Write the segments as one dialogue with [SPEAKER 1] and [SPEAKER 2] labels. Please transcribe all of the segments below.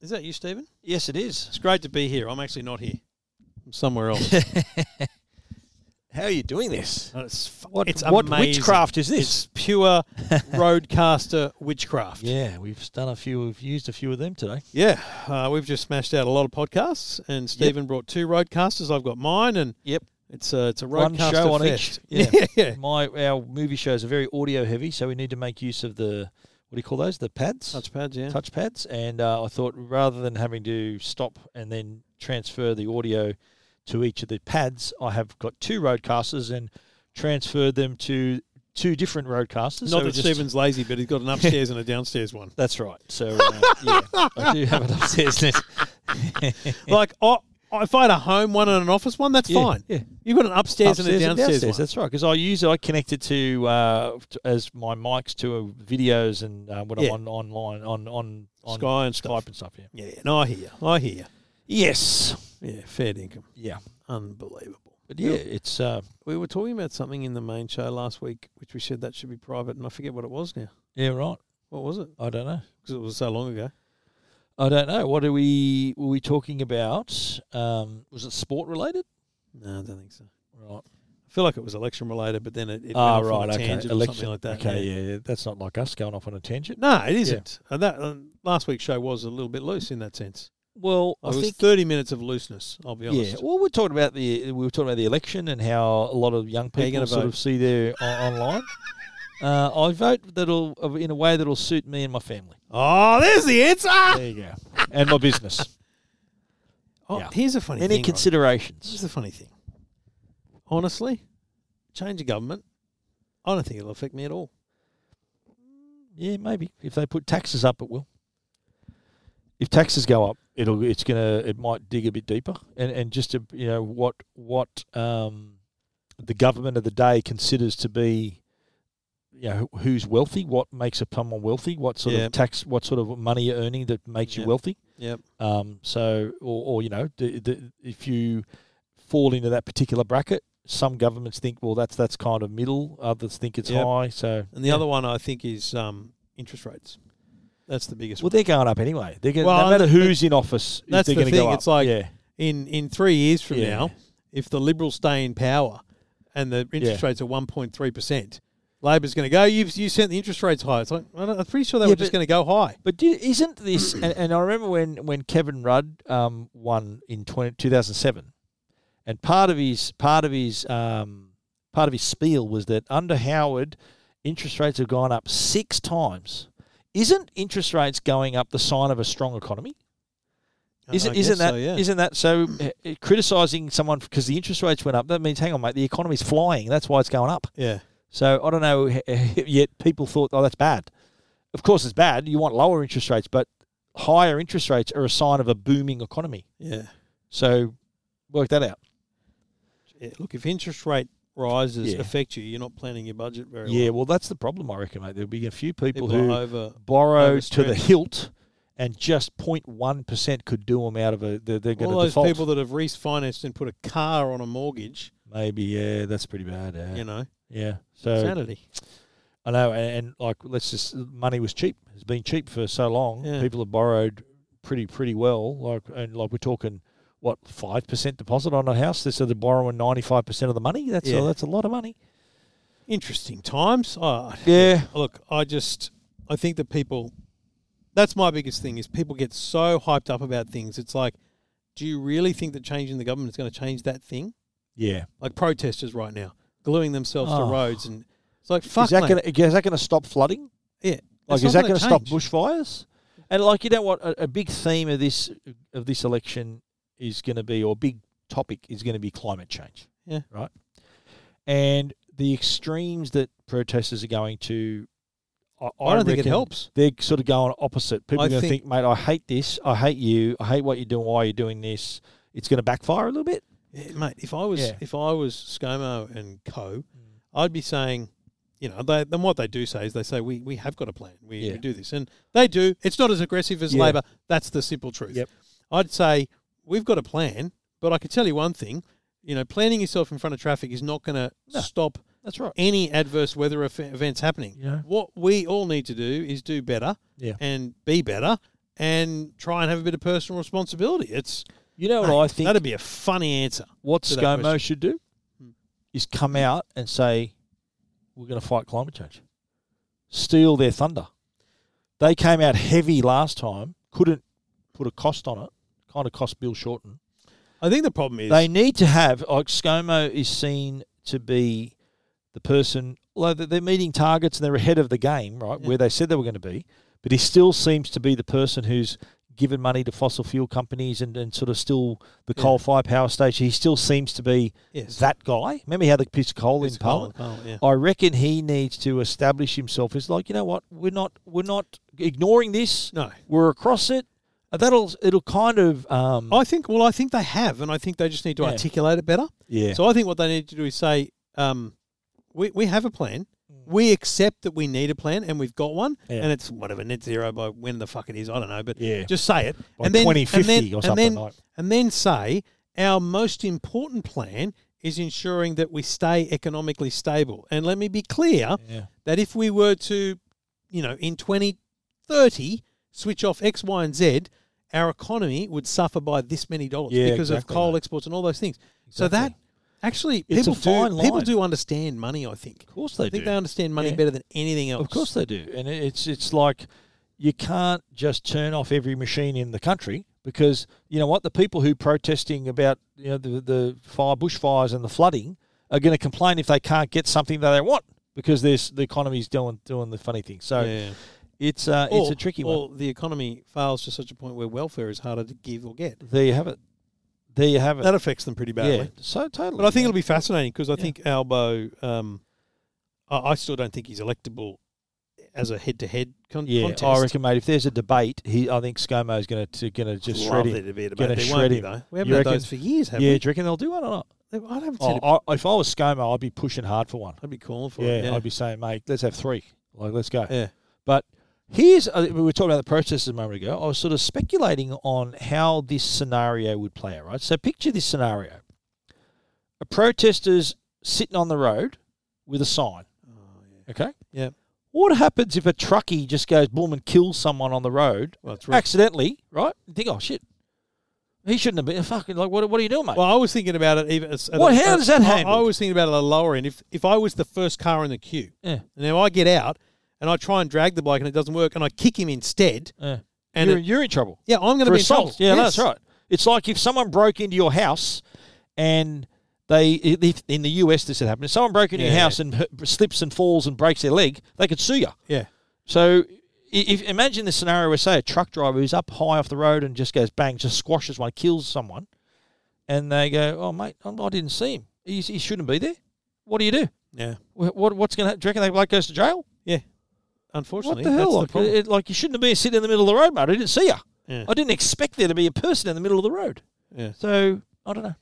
[SPEAKER 1] Is that you, Stephen?
[SPEAKER 2] Yes, it is.
[SPEAKER 1] It's great to be here. I'm actually not here. I'm somewhere else.
[SPEAKER 2] How are you doing this?
[SPEAKER 1] it's
[SPEAKER 2] What,
[SPEAKER 1] It's
[SPEAKER 2] what
[SPEAKER 1] amazing.
[SPEAKER 2] witchcraft is this?
[SPEAKER 1] it's pure roadcaster witchcraft.
[SPEAKER 2] yeah, we've done a few. We've used a few of them today.
[SPEAKER 1] Yeah, uh, we've just smashed out a lot of podcasts, and Stephen brought two roadcasters. I've got mine, and
[SPEAKER 2] Yep.
[SPEAKER 1] it's a it's a
[SPEAKER 2] One
[SPEAKER 1] roadcaster
[SPEAKER 2] show on
[SPEAKER 1] fest.
[SPEAKER 2] each.
[SPEAKER 1] Yeah, yeah.
[SPEAKER 2] My our movie shows are very audio heavy, so we need to make use of the what do you call those? The pads,
[SPEAKER 1] Touchpads, yeah.
[SPEAKER 2] touch pads. And uh, I thought rather than having to stop and then transfer the audio to each of the pads, I have got two roadcasters and transferred them to two different roadcasters.
[SPEAKER 1] Not
[SPEAKER 2] so we
[SPEAKER 1] that
[SPEAKER 2] just-
[SPEAKER 1] Stephen's lazy, but he's got an upstairs and a downstairs one.
[SPEAKER 2] That's right. So uh, yeah, I do have it upstairs. now.
[SPEAKER 1] Like, oh, if I had a home one and an office one, that's
[SPEAKER 2] Yeah,
[SPEAKER 1] fine.
[SPEAKER 2] yeah.
[SPEAKER 1] You've got an upstairs, and a
[SPEAKER 2] and
[SPEAKER 1] downstairs, one.
[SPEAKER 2] That's right, because I use it. I connect it to uh, t- as my mics to uh, videos and uh, when
[SPEAKER 1] Yeah.
[SPEAKER 2] I'm on online on on, on
[SPEAKER 1] Sky and stuff.
[SPEAKER 2] Skype and stuff. Yeah.
[SPEAKER 1] Yeah, and I hear, you. I hear. you.
[SPEAKER 2] Yes.
[SPEAKER 1] Yeah, fair income,
[SPEAKER 2] Yeah.
[SPEAKER 1] unbelievable.
[SPEAKER 2] But yeah, it's uh,
[SPEAKER 1] We were talking about something in the main show last week, which we said that should be private, and I forget what it was now.
[SPEAKER 2] yeah right.
[SPEAKER 1] What was it?
[SPEAKER 2] I don't know.
[SPEAKER 1] Because it was so long ago.
[SPEAKER 2] I don't know. What are we were we talking about? Um, was it sport related?
[SPEAKER 1] No, I don't think so.
[SPEAKER 2] Right.
[SPEAKER 1] I feel like it was election related, but then it, it
[SPEAKER 2] Ah,
[SPEAKER 1] went off on
[SPEAKER 2] right.
[SPEAKER 1] a
[SPEAKER 2] Okay.
[SPEAKER 1] tangent or something like that.
[SPEAKER 2] Okay.
[SPEAKER 1] yeah.
[SPEAKER 2] Yeah. yeah. That's not like us going off on a tangent.
[SPEAKER 1] No, it isn't. And that um, last week's show was a little bit loose in that sense.
[SPEAKER 2] Well,
[SPEAKER 1] It
[SPEAKER 2] I
[SPEAKER 1] was
[SPEAKER 2] think
[SPEAKER 1] thirty minutes of looseness. I'll be honest.
[SPEAKER 2] Yeah, well, we're talking about the we were talking about the election and how a lot of young
[SPEAKER 1] How you
[SPEAKER 2] people
[SPEAKER 1] gonna
[SPEAKER 2] sort
[SPEAKER 1] vote?
[SPEAKER 2] of see their o- online. Uh, I vote that'll in a way that'll suit me and my family.
[SPEAKER 1] Oh, there's the answer.
[SPEAKER 2] There you go, and my business.
[SPEAKER 1] Oh,
[SPEAKER 2] Yeah.
[SPEAKER 1] here's a funny thing.
[SPEAKER 2] Any
[SPEAKER 1] Rod. Here's
[SPEAKER 2] considerations?
[SPEAKER 1] the funny thing. Honestly, change of government, I don't think it'll affect me at all.
[SPEAKER 2] Yeah, maybe if they put taxes up, it will. If taxes go up, it'll it's gonna it might dig a bit deeper, and and just to you know what what um, the government of the day considers to be. You know, who- who's wealthy? What makes a someone wealthy? What sort
[SPEAKER 1] Yeah.
[SPEAKER 2] of tax? What sort of money you're earning that makes you
[SPEAKER 1] Yeah.
[SPEAKER 2] wealthy?
[SPEAKER 1] Yep.
[SPEAKER 2] Um, so, or, or you know, the, the, if you fall into that particular bracket, some governments think, well, that's that's kind of middle. Others think it's
[SPEAKER 1] Yep.
[SPEAKER 2] high. So,
[SPEAKER 1] And the
[SPEAKER 2] yeah.
[SPEAKER 1] other one I think is um, interest rates. That's the biggest
[SPEAKER 2] well,
[SPEAKER 1] one.
[SPEAKER 2] they're going up anyway. They're going
[SPEAKER 1] Well,
[SPEAKER 2] no matter
[SPEAKER 1] that-
[SPEAKER 2] who's in office.
[SPEAKER 1] that's
[SPEAKER 2] they're
[SPEAKER 1] the
[SPEAKER 2] gonna go
[SPEAKER 1] thing,
[SPEAKER 2] up.
[SPEAKER 1] it's like-
[SPEAKER 2] yeah,
[SPEAKER 1] In in three years from
[SPEAKER 2] Yeah.
[SPEAKER 1] now, if the Liberals stay in power and the interest rates are one point three percent, Labor's going to go. You've you sent the interest rates high. It's like I don't- I'm pretty sure they
[SPEAKER 2] Yeah,
[SPEAKER 1] were just
[SPEAKER 2] but-
[SPEAKER 1] going to go high.
[SPEAKER 2] but do, isn't this? and, and I remember when when Kevin Rudd um, won in 20, 2007, and part of his part of his um, part of his spiel was that under Howard, interest rates have gone up six times. Isn't interest rates going up the sign of a strong economy? Isn't,
[SPEAKER 1] Uh, I guess
[SPEAKER 2] isn't that
[SPEAKER 1] so, yeah.
[SPEAKER 2] not that so? uh, criticizing someone because the interest rates went up that means hang on, mate, the economy's flying. That's why it's going up.
[SPEAKER 1] yeah.
[SPEAKER 2] So I don't know. Yet people thought, oh, that's bad. Of course, it's bad. You want lower interest rates, but higher interest rates are a sign of a booming economy.
[SPEAKER 1] Yeah.
[SPEAKER 2] So work that out.
[SPEAKER 1] Yeah. Look, if interest rate rises
[SPEAKER 2] Yeah.
[SPEAKER 1] affect you, you're not planning your budget very
[SPEAKER 2] Yeah,
[SPEAKER 1] well.
[SPEAKER 2] well, that's the problem, I reckon, mate. There'll be a few
[SPEAKER 1] People
[SPEAKER 2] people, who
[SPEAKER 1] are over.
[SPEAKER 2] borrow to the
[SPEAKER 1] overstretched.
[SPEAKER 2] hilt, and just 0.1 percent could do them out of a. They're, they're going
[SPEAKER 1] All
[SPEAKER 2] to
[SPEAKER 1] those
[SPEAKER 2] default.
[SPEAKER 1] people that have refinanced and put a car on a mortgage,
[SPEAKER 2] Maybe, yeah, that's pretty bad. Yeah,
[SPEAKER 1] you know,
[SPEAKER 2] yeah. So
[SPEAKER 1] insanity.
[SPEAKER 2] I know, and, and like let's just money was cheap. It's been cheap for so long.
[SPEAKER 1] Yeah.
[SPEAKER 2] People have borrowed pretty pretty well. Like and like we're talking what five percent deposit on a house. So they're borrowing ninety five percent of the money. That's
[SPEAKER 1] Yeah.
[SPEAKER 2] a, that's a lot of money.
[SPEAKER 1] Interesting times. Oh,
[SPEAKER 2] Yeah,
[SPEAKER 1] look, I just I think that people that's my biggest thing is people get so hyped up about things. It's like, do you really think that changing the government is going to change that thing?
[SPEAKER 2] yeah.
[SPEAKER 1] Like protesters right now, gluing themselves
[SPEAKER 2] Oh.
[SPEAKER 1] to roads and it's like fuck.
[SPEAKER 2] is that
[SPEAKER 1] mate.
[SPEAKER 2] gonna is that gonna stop flooding?
[SPEAKER 1] yeah.
[SPEAKER 2] Like
[SPEAKER 1] it's
[SPEAKER 2] is
[SPEAKER 1] not
[SPEAKER 2] that
[SPEAKER 1] gonna
[SPEAKER 2] gonna stop
[SPEAKER 1] change.
[SPEAKER 2] bushfires? And like you know what, a, a big theme of this of this election is going to be, or big topic is going to be climate change.
[SPEAKER 1] Yeah.
[SPEAKER 2] Right. And the extremes that protesters are going to, I, I,
[SPEAKER 1] I don't think it
[SPEAKER 2] reckon-
[SPEAKER 1] helps.
[SPEAKER 2] they're sort of going opposite. People
[SPEAKER 1] I
[SPEAKER 2] are going to
[SPEAKER 1] think-
[SPEAKER 2] think, mate, I hate this. I hate you. I hate what you're doing. Why you're doing this? It's going to backfire a little bit.
[SPEAKER 1] Yeah, Eh, mate, if I was
[SPEAKER 2] Yeah. Mm.
[SPEAKER 1] if I was ScoMo and Co, I'd be saying, you know, they, then what they do say is they say we, we have got a plan. We,
[SPEAKER 2] Yeah.
[SPEAKER 1] we do this, and they do. It's not as aggressive as
[SPEAKER 2] Yeah.
[SPEAKER 1] Labor. That's the simple truth.
[SPEAKER 2] Yep.
[SPEAKER 1] I'd say we've got a plan, but I could tell you one thing. You know, planning yourself in front of traffic is not going to
[SPEAKER 2] No.
[SPEAKER 1] stop
[SPEAKER 2] That's right.
[SPEAKER 1] any adverse weather eff- events happening.
[SPEAKER 2] Yeah.
[SPEAKER 1] What we all need to do is do better
[SPEAKER 2] Yeah.
[SPEAKER 1] and be better and try and have a bit of personal responsibility. It's
[SPEAKER 2] You know what I think?
[SPEAKER 1] that'd be a funny answer.
[SPEAKER 2] what
[SPEAKER 1] to that
[SPEAKER 2] ScoMo
[SPEAKER 1] question.
[SPEAKER 2] should do
[SPEAKER 1] Hmm.
[SPEAKER 2] is come out and say, "We're going to fight climate change." Steal their thunder. They came out heavy last time. Couldn't put a cost on it. Kind of cost Bill Shorten.
[SPEAKER 1] I think the problem is
[SPEAKER 2] They need to have like ScoMo is seen to be the person. Although they- they're meeting targets and they're ahead of the game, right,
[SPEAKER 1] Yeah.
[SPEAKER 2] where they said they were going to be, but he still seems to be the person who's given money to fossil fuel companies and, and sort of still the
[SPEAKER 1] Yeah.
[SPEAKER 2] coal fired power station. He still seems to be
[SPEAKER 1] yes,
[SPEAKER 2] that guy. Remember he had the piece of coal
[SPEAKER 1] It's
[SPEAKER 2] in Parliament.
[SPEAKER 1] Parliament, yeah.
[SPEAKER 2] I reckon he needs to establish himself as like you know what we're not we're not ignoring this.
[SPEAKER 1] No,
[SPEAKER 2] We're across it. Uh, That'll it'll kind of um,
[SPEAKER 1] I think. Well, I think they have, and I think they just need to
[SPEAKER 2] Yeah.
[SPEAKER 1] articulate it better.
[SPEAKER 2] yeah
[SPEAKER 1] So I think what they need to do is say, um, we we have a plan. We accept that we need a plan, and we've got one,
[SPEAKER 2] Yeah.
[SPEAKER 1] and it's whatever net zero by when the fuck it is. I don't know, but
[SPEAKER 2] yeah.
[SPEAKER 1] just say it,
[SPEAKER 2] By
[SPEAKER 1] and then
[SPEAKER 2] 2050
[SPEAKER 1] and then,
[SPEAKER 2] or something
[SPEAKER 1] and then,
[SPEAKER 2] like
[SPEAKER 1] and then say our most important plan is ensuring that we stay economically stable. And let me be clear
[SPEAKER 2] yeah.
[SPEAKER 1] that if we were to, you know, in 2030 switch off X, Y, and Z, our economy would suffer by this many dollars
[SPEAKER 2] Yeah,
[SPEAKER 1] because
[SPEAKER 2] exactly,
[SPEAKER 1] of coal
[SPEAKER 2] mate.
[SPEAKER 1] exports and all those things. So that
[SPEAKER 2] Exactly.
[SPEAKER 1] actually
[SPEAKER 2] It's a
[SPEAKER 1] people
[SPEAKER 2] fine
[SPEAKER 1] do people
[SPEAKER 2] line.
[SPEAKER 1] do understand money. I think
[SPEAKER 2] Of course they
[SPEAKER 1] I think
[SPEAKER 2] do.
[SPEAKER 1] they understand money
[SPEAKER 2] Yeah.
[SPEAKER 1] better than anything else.
[SPEAKER 2] Of course they do. And it- it's it's like you can't just turn off every machine in the country because you know what the people who protesting about you know the the fire bushfires and the flooding are going to complain if they can't get something that they want because there's the economy's doing doing the funny thing. So
[SPEAKER 1] Yeah.
[SPEAKER 2] it's uh, it's
[SPEAKER 1] Or-
[SPEAKER 2] a tricky one.
[SPEAKER 1] or the economy fails to such a point where welfare is harder to give or get.
[SPEAKER 2] There you have it. There you have it.
[SPEAKER 1] That affects them pretty badly.
[SPEAKER 2] yeah. So totally.
[SPEAKER 1] But I think
[SPEAKER 2] mate.
[SPEAKER 1] it'll be fascinating because I
[SPEAKER 2] Yeah.
[SPEAKER 1] think Albo, um, I, I still don't think he's electable as a head-to-head con-
[SPEAKER 2] yeah,
[SPEAKER 1] contest.
[SPEAKER 2] I reckon, mate. If there's a debate, he, I think ScoMo is going to going to just shred
[SPEAKER 1] Love
[SPEAKER 2] him.
[SPEAKER 1] there to be a
[SPEAKER 2] Gonna
[SPEAKER 1] debate. There
[SPEAKER 2] shred
[SPEAKER 1] won't be
[SPEAKER 2] him.
[SPEAKER 1] though. We haven't
[SPEAKER 2] You
[SPEAKER 1] had
[SPEAKER 2] reckon?
[SPEAKER 1] those for years, have
[SPEAKER 2] Yeah,
[SPEAKER 1] we?
[SPEAKER 2] do you reckon they'll do one or not?
[SPEAKER 1] They- I haven't seen it.
[SPEAKER 2] Oh, I, if I was ScoMo, I'd be pushing hard for one.
[SPEAKER 1] I'd be calling for
[SPEAKER 2] Yeah,
[SPEAKER 1] it. Yeah.
[SPEAKER 2] I'd be saying, mate, let's have three. Like, let's go.
[SPEAKER 1] Yeah.
[SPEAKER 2] But here's uh, we were talking about the protesters a moment ago. I was sort of speculating on how this scenario would play out, right? So picture this scenario: a protesters sitting on the road with a sign.
[SPEAKER 1] Oh, yeah.
[SPEAKER 2] Okay.
[SPEAKER 1] Yep.
[SPEAKER 2] What happens if a truckie just goes boom and kills someone on the road
[SPEAKER 1] Well, it's right.
[SPEAKER 2] accidentally? Right? You think, oh shit, he shouldn't have been fucking like. What? What are you doing, mate?
[SPEAKER 1] Well, I was thinking about it even. As, at
[SPEAKER 2] What-
[SPEAKER 1] a-
[SPEAKER 2] how
[SPEAKER 1] at-
[SPEAKER 2] does that
[SPEAKER 1] I- I
[SPEAKER 2] handle?
[SPEAKER 1] was thinking about it at a lower end. If if I was the first car in the queue,
[SPEAKER 2] Yeah.
[SPEAKER 1] and now I get out and I try and drag the bike and it doesn't work, and I kick him instead,
[SPEAKER 2] Yeah.
[SPEAKER 1] and
[SPEAKER 2] you're,
[SPEAKER 1] it-
[SPEAKER 2] you're in trouble.
[SPEAKER 1] yeah, I'm going to
[SPEAKER 2] for
[SPEAKER 1] be
[SPEAKER 2] assault.
[SPEAKER 1] in trouble.
[SPEAKER 2] Yeah, no,
[SPEAKER 1] Yes.
[SPEAKER 2] that's right. It's like if someone broke into your house and they, if, in the US, this had happened. If someone broke into
[SPEAKER 1] Yeah,
[SPEAKER 2] your
[SPEAKER 1] yeah.
[SPEAKER 2] house and h- slips and falls and breaks their leg, they could sue you.
[SPEAKER 1] Yeah.
[SPEAKER 2] So i- if imagine the scenario where, say, a truck driver who's up high off the road and just goes bang, just squashes one, kills someone, and they go, "Oh, mate, I'm- I didn't see him. He, he shouldn't be there. What do you do?
[SPEAKER 1] Yeah.
[SPEAKER 2] Wh- What, what's going to? Do you reckon that bloke goes to jail?
[SPEAKER 1] Unfortunately,
[SPEAKER 2] What the hell?
[SPEAKER 1] that's
[SPEAKER 2] like,
[SPEAKER 1] the problem.
[SPEAKER 2] it- like you shouldn't have been sitting in the middle of the road, mate. I didn't see you.
[SPEAKER 1] Yeah.
[SPEAKER 2] I didn't expect there to be a person in the middle of the road.
[SPEAKER 1] Yeah.
[SPEAKER 2] So I don't know.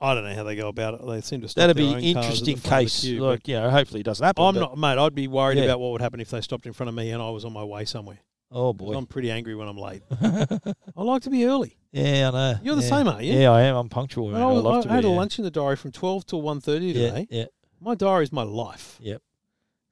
[SPEAKER 1] I don't know how they go about it. They seem to stop
[SPEAKER 2] That'd
[SPEAKER 1] their
[SPEAKER 2] be
[SPEAKER 1] own
[SPEAKER 2] an
[SPEAKER 1] cars at the
[SPEAKER 2] interesting
[SPEAKER 1] front of the
[SPEAKER 2] case.
[SPEAKER 1] queue, but
[SPEAKER 2] like you know, hopefully it doesn't happen.
[SPEAKER 1] I'm
[SPEAKER 2] but-
[SPEAKER 1] not, mate. I'd be worried
[SPEAKER 2] Yeah.
[SPEAKER 1] about what would happen if they stopped in front of me and I was on my way somewhere.
[SPEAKER 2] Oh
[SPEAKER 1] 'Cause
[SPEAKER 2] boy.
[SPEAKER 1] I'm pretty angry when I'm late. I like to be early.
[SPEAKER 2] yeah, I know.
[SPEAKER 1] You're the
[SPEAKER 2] Yeah.
[SPEAKER 1] same, aren't you?
[SPEAKER 2] Yeah, I am. I'm punctual.
[SPEAKER 1] I,
[SPEAKER 2] Man. Oh, I, love
[SPEAKER 1] I,
[SPEAKER 2] to
[SPEAKER 1] I had
[SPEAKER 2] be,
[SPEAKER 1] a
[SPEAKER 2] yeah.
[SPEAKER 1] lunch in the diary from 12 till 1.30
[SPEAKER 2] yeah,
[SPEAKER 1] today.
[SPEAKER 2] yeah.
[SPEAKER 1] My diary is my life.
[SPEAKER 2] Yep.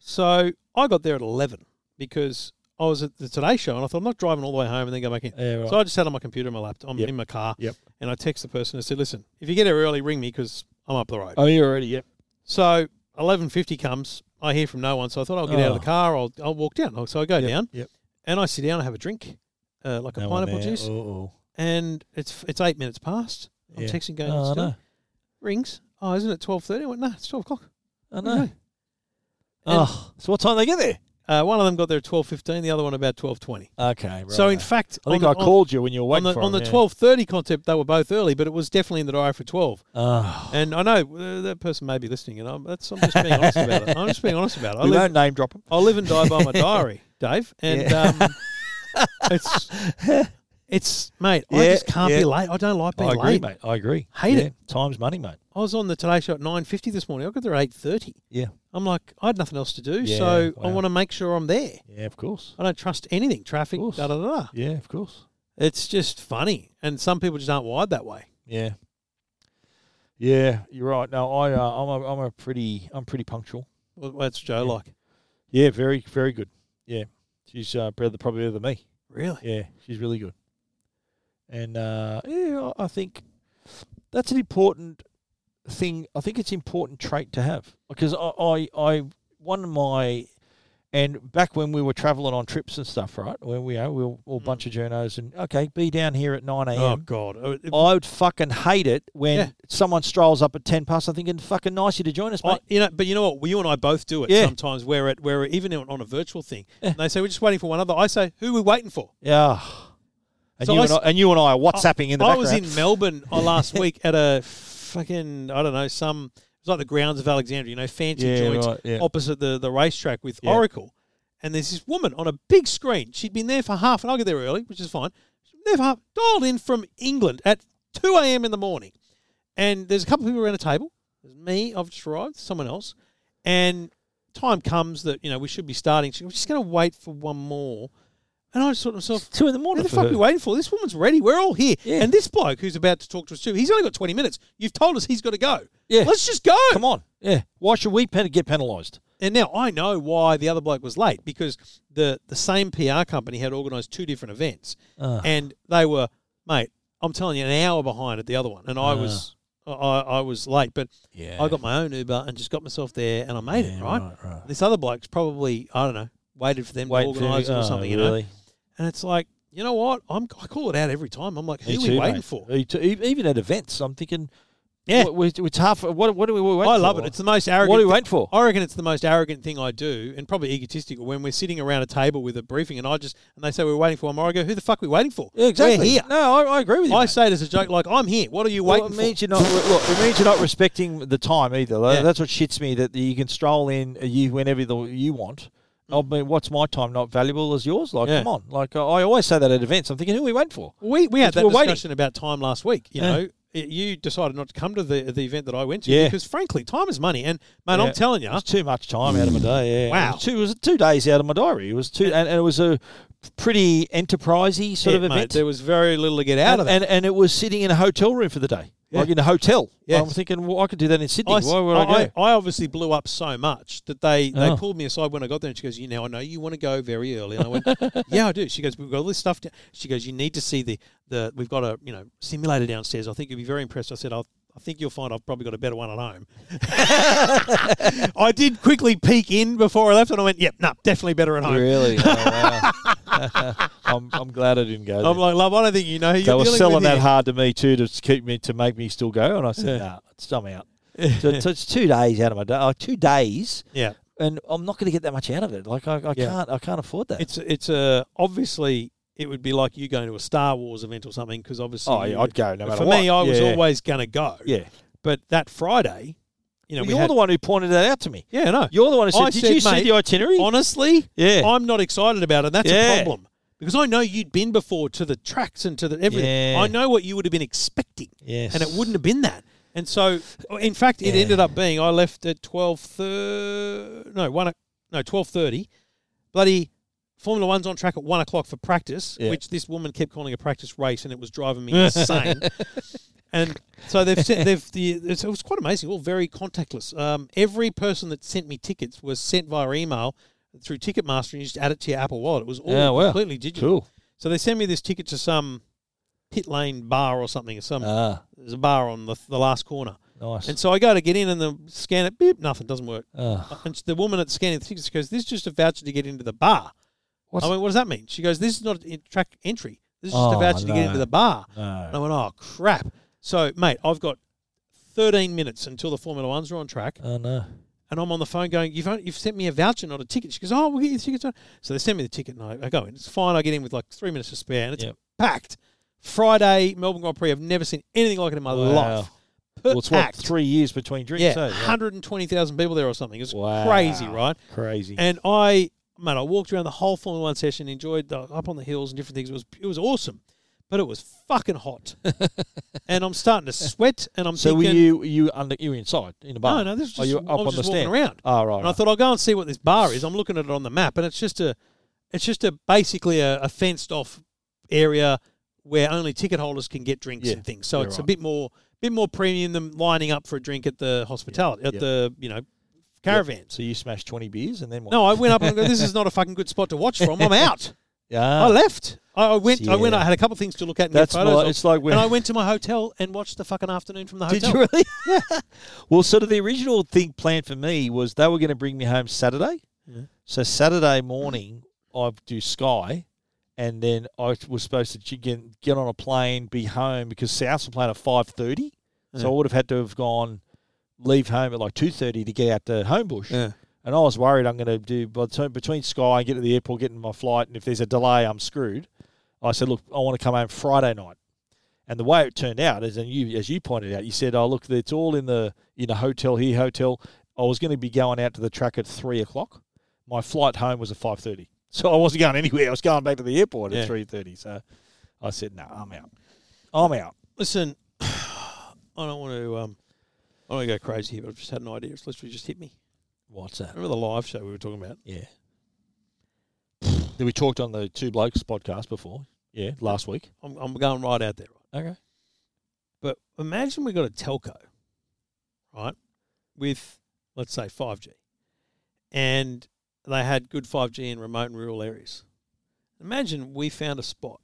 [SPEAKER 1] So I got there at 11 because I was at the Today Show and I thought I'm not driving all the way home and then go back in.
[SPEAKER 2] Yeah, right.
[SPEAKER 1] So I just sat on my computer and my laptop. I'm
[SPEAKER 2] Yep.
[SPEAKER 1] in my car.
[SPEAKER 2] Yep.
[SPEAKER 1] And I text the person and said, listen, if you get here early, ring me because I'm up the road.
[SPEAKER 2] oh, you're already. Yep.
[SPEAKER 1] So eleven fifty comes. I hear from no one, so I thought I'll get out of
[SPEAKER 2] Oh.
[SPEAKER 1] the car. I'll I'll walk down. So I go down.
[SPEAKER 2] yep.
[SPEAKER 1] And I sit down. I have a drink, uh, like a pineapple juice.
[SPEAKER 2] Oh,
[SPEAKER 1] And it's it's eight minutes past. I'm
[SPEAKER 2] Yeah.
[SPEAKER 1] texting
[SPEAKER 2] oh.
[SPEAKER 1] going.
[SPEAKER 2] I
[SPEAKER 1] on still.
[SPEAKER 2] know.
[SPEAKER 1] Rings. Oh, isn't it twelve thirty? I went no, it's twelve o'clock.
[SPEAKER 2] I
[SPEAKER 1] Where you
[SPEAKER 2] know.
[SPEAKER 1] going?
[SPEAKER 2] Oh, so what time they get there?
[SPEAKER 1] Uh, one of them got there at twelve fifteen. The other one about twelve twenty.
[SPEAKER 2] Okay. Right,
[SPEAKER 1] so in
[SPEAKER 2] right.
[SPEAKER 1] fact,
[SPEAKER 2] I think
[SPEAKER 1] on,
[SPEAKER 2] I
[SPEAKER 1] the- on-
[SPEAKER 2] called you when you were
[SPEAKER 1] on
[SPEAKER 2] waiting
[SPEAKER 1] the
[SPEAKER 2] for
[SPEAKER 1] on the
[SPEAKER 2] them, yeah.
[SPEAKER 1] twelve thirty concept, they were both early, but it was definitely in the diary for twelve.
[SPEAKER 2] Oh.
[SPEAKER 1] And I know uh, that person may be listening, and I'm that's I'm just being honest about it. I'm just being honest about it. I
[SPEAKER 2] We
[SPEAKER 1] live-
[SPEAKER 2] won't name drop them.
[SPEAKER 1] I live and die by my diary, Dave. And um, it's it's mate, I
[SPEAKER 2] Yeah,
[SPEAKER 1] just can't
[SPEAKER 2] yeah.
[SPEAKER 1] be late. I don't like being
[SPEAKER 2] I agree,
[SPEAKER 1] late.
[SPEAKER 2] mate. I agree.
[SPEAKER 1] Hate
[SPEAKER 2] Yeah.
[SPEAKER 1] it.
[SPEAKER 2] Time's money, mate.
[SPEAKER 1] I was on the Today Show at nine fifty this morning. I got there at eight thirty.
[SPEAKER 2] Yeah.
[SPEAKER 1] I'm like, I had nothing else to do,
[SPEAKER 2] Yeah,
[SPEAKER 1] so I
[SPEAKER 2] wow.
[SPEAKER 1] want to make sure I'm there.
[SPEAKER 2] Yeah, of course.
[SPEAKER 1] I don't trust anything, traffic,
[SPEAKER 2] Course.
[SPEAKER 1] da da da.
[SPEAKER 2] Yeah, of course.
[SPEAKER 1] It's just funny, and some people just aren't wired that way.
[SPEAKER 2] Yeah. Yeah, you're right. No, I uh, I'm a, I'm a pretty I'm pretty punctual.
[SPEAKER 1] Well, That's Joe
[SPEAKER 2] Yeah.
[SPEAKER 1] like.
[SPEAKER 2] Yeah, very very good. Yeah, she's uh, better probably better than me.
[SPEAKER 1] Really?
[SPEAKER 2] Yeah, she's really good. And uh, yeah, I I think that's an important thing. I think it's an important trait to have because I, I, I one of my and back when we were traveling on trips and stuff, right? Where we are, we were all a bunch of journos, and okay, be down here at nine
[SPEAKER 1] Mm. Oh
[SPEAKER 2] a.m.
[SPEAKER 1] God. Oh, it-
[SPEAKER 2] I would fucking hate it when
[SPEAKER 1] Yeah.
[SPEAKER 2] someone strolls up at ten past. I'm thinking, fucking nice you to join us, mate.
[SPEAKER 1] I, you know, but you know what? You and I both do it
[SPEAKER 2] Yeah.
[SPEAKER 1] sometimes. Where it, where even on on a virtual thing, and they say we're just waiting for one other. I say, who are we waiting for?
[SPEAKER 2] yeah. And,
[SPEAKER 1] So
[SPEAKER 2] you
[SPEAKER 1] I
[SPEAKER 2] and I,
[SPEAKER 1] s-
[SPEAKER 2] and you and I are WhatsApping in the
[SPEAKER 1] I
[SPEAKER 2] background.
[SPEAKER 1] was in Melbourne uh, last week at a fucking I don't know some. It's like the grounds of Alexandria, you know, fancy
[SPEAKER 2] Yeah,
[SPEAKER 1] joints
[SPEAKER 2] right, yeah.
[SPEAKER 1] opposite the the racetrack with
[SPEAKER 2] Yeah.
[SPEAKER 1] Oracle. And there's this woman on a big screen. She'd been there for half, and I got there early, which is fine. She'd been there for half, dialed in from England at two a.m. in the morning. And there's a couple of people around a table. There's me. I've just arrived. Someone else. And time comes that you know we should be starting. She goes, We're just going to wait for one more. And I just thought to myself,
[SPEAKER 2] two in the
[SPEAKER 1] what
[SPEAKER 2] morning.
[SPEAKER 1] the
[SPEAKER 2] for
[SPEAKER 1] fuck
[SPEAKER 2] her.
[SPEAKER 1] are we waiting for? This woman's ready. We're all here.
[SPEAKER 2] Yeah.
[SPEAKER 1] And this bloke who's about to talk to us too, he's only got 20 minutes. You've told us he's got to go.
[SPEAKER 2] Yeah.
[SPEAKER 1] Let's just go.
[SPEAKER 2] Come on. Yeah. Why should we pen- get penalised?
[SPEAKER 1] And now I know why the other bloke was late because the, the same PR company had organised two different events.
[SPEAKER 2] Ah.
[SPEAKER 1] And they were, mate, I'm telling you, an hour behind at the other one. And I was I, I was late, but
[SPEAKER 2] Yeah.
[SPEAKER 1] I got my own Uber and just got myself there and I made it,
[SPEAKER 2] Yeah,
[SPEAKER 1] right?
[SPEAKER 2] right, right.
[SPEAKER 1] This other bloke's probably, I don't know, waited for them to organise
[SPEAKER 2] uh,
[SPEAKER 1] it or something, you know? And it's like, you know what? I'm, I call it out every time. I'm like, who
[SPEAKER 2] Me
[SPEAKER 1] are we
[SPEAKER 2] too,
[SPEAKER 1] waiting
[SPEAKER 2] mate.
[SPEAKER 1] for?
[SPEAKER 2] Me too. E- Even at events, I'm thinking,
[SPEAKER 1] Yeah.
[SPEAKER 2] what- what- it's half. What, what are we waiting
[SPEAKER 1] I love
[SPEAKER 2] for?
[SPEAKER 1] it. It's the most arrogant.
[SPEAKER 2] what are we
[SPEAKER 1] thi-
[SPEAKER 2] waiting for?
[SPEAKER 1] I reckon it's the most arrogant thing I do, and probably egotistical. When we're sitting around a table with a briefing, and I just and they say we're waiting for one more, I go, "Who the fuck are we waiting for?
[SPEAKER 2] Yeah, exactly.
[SPEAKER 1] We're here."
[SPEAKER 2] No, I, I agree with you.
[SPEAKER 1] I
[SPEAKER 2] mate.
[SPEAKER 1] say it as a joke, like, "I'm here. What are you
[SPEAKER 2] Well,
[SPEAKER 1] waiting
[SPEAKER 2] it
[SPEAKER 1] for?"
[SPEAKER 2] means you're not. Look, it means you're not respecting the time either. Tha-
[SPEAKER 1] Yeah.
[SPEAKER 2] That's what shits me. That you can stroll in uh, you whenever the, you want. I mean, what's my time not valuable as yours? Like,
[SPEAKER 1] Yeah.
[SPEAKER 2] come on. Like, I I always say that at events. I'm thinking, who are we waiting for?
[SPEAKER 1] We we had
[SPEAKER 2] It's-
[SPEAKER 1] that
[SPEAKER 2] we're waiting.
[SPEAKER 1] discussion about time last week. You
[SPEAKER 2] Yeah.
[SPEAKER 1] know, It- you decided not to come to the the event that I went to
[SPEAKER 2] Yeah.
[SPEAKER 1] because, frankly, time is money, and man,
[SPEAKER 2] Yeah.
[SPEAKER 1] I'm telling you,
[SPEAKER 2] It was too much time out of my day. Yeah. It
[SPEAKER 1] Wow.
[SPEAKER 2] was two, it was two days out of my diary. It was two, and, and it was a pretty enterprisey sort of
[SPEAKER 1] mate,
[SPEAKER 2] event.
[SPEAKER 1] there was very little to get out
[SPEAKER 2] and,
[SPEAKER 1] of it.
[SPEAKER 2] and and it was sitting in a hotel room for the day, like in a hotel.
[SPEAKER 1] Yes.
[SPEAKER 2] I'm thinking, well, I could do that in Sydney.
[SPEAKER 1] I, s-
[SPEAKER 2] Why would I,
[SPEAKER 1] I-
[SPEAKER 2] go?
[SPEAKER 1] I obviously blew up so much that they, they
[SPEAKER 2] Oh.
[SPEAKER 1] pulled me aside when I got there and she goes, You know, I know you want to go very early. And I went, Yeah, I do. She goes, We've got all this stuff. down." She goes, You need to see the, the we've got a, you know, simulator downstairs. I think you'll be very impressed. I said, I'll, I think you'll find I've probably got a better one at home. I did quickly peek in before I left and I went, Yep, no, definitely better at home.
[SPEAKER 2] really? Oh, wow. I'm I'm glad I didn't go. There.
[SPEAKER 1] I'm like, Love, I don't think you know who
[SPEAKER 2] they
[SPEAKER 1] you're
[SPEAKER 2] were
[SPEAKER 1] dealing
[SPEAKER 2] selling
[SPEAKER 1] with
[SPEAKER 2] that
[SPEAKER 1] here."
[SPEAKER 2] hard to me too to s- keep me to make me still go, and I said, nah, it's I'm out. so, so it's two days out of my day. Like two days,
[SPEAKER 1] Yeah.
[SPEAKER 2] and I'm not going to get that much out of it. Like I, I
[SPEAKER 1] Yeah.
[SPEAKER 2] can't I can't afford that.
[SPEAKER 1] It's, it's a, obviously, it would be like you going to a Star Wars event or something because obviously.
[SPEAKER 2] oh,
[SPEAKER 1] you-
[SPEAKER 2] yeah, I'd go no matter
[SPEAKER 1] for
[SPEAKER 2] what.
[SPEAKER 1] me, I was
[SPEAKER 2] Yeah, yeah.
[SPEAKER 1] always going to go.
[SPEAKER 2] yeah.
[SPEAKER 1] But that Friday, you know,
[SPEAKER 2] Well,
[SPEAKER 1] we
[SPEAKER 2] you're
[SPEAKER 1] had,
[SPEAKER 2] the one who pointed that out to me.
[SPEAKER 1] yeah, no.
[SPEAKER 2] You're the one who said,
[SPEAKER 1] I
[SPEAKER 2] "Did
[SPEAKER 1] said,
[SPEAKER 2] you see
[SPEAKER 1] mate,
[SPEAKER 2] the itinerary?"
[SPEAKER 1] Honestly,
[SPEAKER 2] yeah,
[SPEAKER 1] I'm not excited about it. And that's
[SPEAKER 2] Yeah.
[SPEAKER 1] a problem because I know you'd been before to the tracks and to the everything.
[SPEAKER 2] Yeah.
[SPEAKER 1] I know what you would have been expecting,
[SPEAKER 2] yes,
[SPEAKER 1] and it wouldn't have been that. And so, in fact, it
[SPEAKER 2] Yeah.
[SPEAKER 1] ended up being I left at twelve thirty. No, one. o- No, twelve thirty. Bloody Formula One's on track at one o'clock for practice,
[SPEAKER 2] Yeah.
[SPEAKER 1] which this woman kept calling a practice race, and it was driving me insane. And so they've sent, they've the it's, it was quite amazing. All very contactless. Um, every person that sent me tickets was sent via email through Ticketmaster, and you just add it to your Apple Wallet. It was all
[SPEAKER 2] Yeah, wow.
[SPEAKER 1] completely digital.
[SPEAKER 2] Cool.
[SPEAKER 1] So they sent me this ticket to some pit lane bar or something. or Some
[SPEAKER 2] Ah,
[SPEAKER 1] there's a bar on the, the last corner,
[SPEAKER 2] nice.
[SPEAKER 1] and so I go to get in, and the scan it, beep, nothing doesn't work.
[SPEAKER 2] Ah.
[SPEAKER 1] And the woman at scanning the tickets goes, "This is just a voucher to get into the bar."
[SPEAKER 2] What's-
[SPEAKER 1] I mean, what does that mean? She goes, "This is not a track entry. This is just
[SPEAKER 2] Oh,
[SPEAKER 1] a voucher to get
[SPEAKER 2] no.
[SPEAKER 1] into the bar." And I
[SPEAKER 2] no.
[SPEAKER 1] went, oh, crap. So, mate, I've got 13 minutes until the Formula Ones are on track.
[SPEAKER 2] Oh no.
[SPEAKER 1] And I'm on the phone going, you've, only, you've sent me a voucher, not a ticket. She goes, oh, we'll get you the tickets. So they send me the ticket and I, I go in. It's fine. I get in with like three minutes to spare and it's
[SPEAKER 2] Yep.
[SPEAKER 1] packed. Friday, Melbourne Grand Prix. I've never seen anything like it in my
[SPEAKER 2] Wow.
[SPEAKER 1] life.
[SPEAKER 2] Well, it's what
[SPEAKER 1] Packed.
[SPEAKER 2] three years between drinks.
[SPEAKER 1] yeah,
[SPEAKER 2] eh?
[SPEAKER 1] 120,000 people there or something. It's
[SPEAKER 2] Wow.
[SPEAKER 1] crazy, right?
[SPEAKER 2] Crazy.
[SPEAKER 1] And I, man, I walked around the whole Formula One session, enjoyed the, up on the hills and different things. It was it was awesome, but it was fucking hot, and I'm starting to sweat. And I'm
[SPEAKER 2] so were
[SPEAKER 1] thinking,
[SPEAKER 2] you you under you were inside in a bar?
[SPEAKER 1] no, no, this
[SPEAKER 2] Are
[SPEAKER 1] was
[SPEAKER 2] you
[SPEAKER 1] just,
[SPEAKER 2] up
[SPEAKER 1] I was
[SPEAKER 2] on
[SPEAKER 1] just
[SPEAKER 2] the
[SPEAKER 1] walking
[SPEAKER 2] stand?
[SPEAKER 1] around.
[SPEAKER 2] Oh, right.
[SPEAKER 1] And I thought I'll go and see what this bar is. I'm looking at it on the map, and it's just a, it's just a basically a, a fenced off area where only ticket holders can get drinks
[SPEAKER 2] Yeah,
[SPEAKER 1] and things. So
[SPEAKER 2] you're
[SPEAKER 1] it's a
[SPEAKER 2] right.
[SPEAKER 1] bit more, bit more premium than lining up for a drink at the hospitality at
[SPEAKER 2] yeah.
[SPEAKER 1] the you know caravans.
[SPEAKER 2] so you smashed twenty beers and then what?
[SPEAKER 1] No, I went up and I go, this is not a fucking good spot to watch from. I'm out.
[SPEAKER 2] Yeah,
[SPEAKER 1] I left. I, I went. I went.
[SPEAKER 2] Yeah.
[SPEAKER 1] I had a couple of things to look at and
[SPEAKER 2] Ah, that's
[SPEAKER 1] get photos
[SPEAKER 2] my,
[SPEAKER 1] of.
[SPEAKER 2] it's like when
[SPEAKER 1] and I went to my hotel and watched the fucking afternoon from the
[SPEAKER 2] Did
[SPEAKER 1] hotel.
[SPEAKER 2] you really? well, sort of the original thing planned for me was they were going to bring me home Saturday.
[SPEAKER 1] Yeah.
[SPEAKER 2] So Saturday morning, I do Sky, and then I was supposed to j- get, get on a plane, be home because Souths were playing at five thirty.
[SPEAKER 1] Yeah.
[SPEAKER 2] So I would have had to have gone, leave home at like two thirty to get out to Homebush.
[SPEAKER 1] Yeah.
[SPEAKER 2] And I was worried I'm going to do by the time between Sky and get to the airport, getting my flight, and if there's a delay, I'm screwed. I said, look, I want to come home Friday night. And the way it turned out is, and you, as you pointed out, you said, oh look, it's all in the in a hotel here, hotel. I was going to be going out to the track at three o'clock. My flight home was at five thirty, so I wasn't going anywhere. I was going back to the airport
[SPEAKER 1] Yeah.
[SPEAKER 2] at three thirty. So I said, no, I'm out. I'm out.
[SPEAKER 1] Listen, I don't want to. Um, I don't want to go crazy here, but I've just had an idea. It's literally just hit me.
[SPEAKER 2] What's that?
[SPEAKER 1] Remember the live show we were talking about?
[SPEAKER 2] Yeah. we talked on the two blokes podcast before. Yeah, last week.
[SPEAKER 1] I'm, I'm going right out there.
[SPEAKER 2] Okay.
[SPEAKER 1] But imagine we got a telco, right, with let's say 5G, and they had good 5G in remote and rural areas. Imagine we found a spot,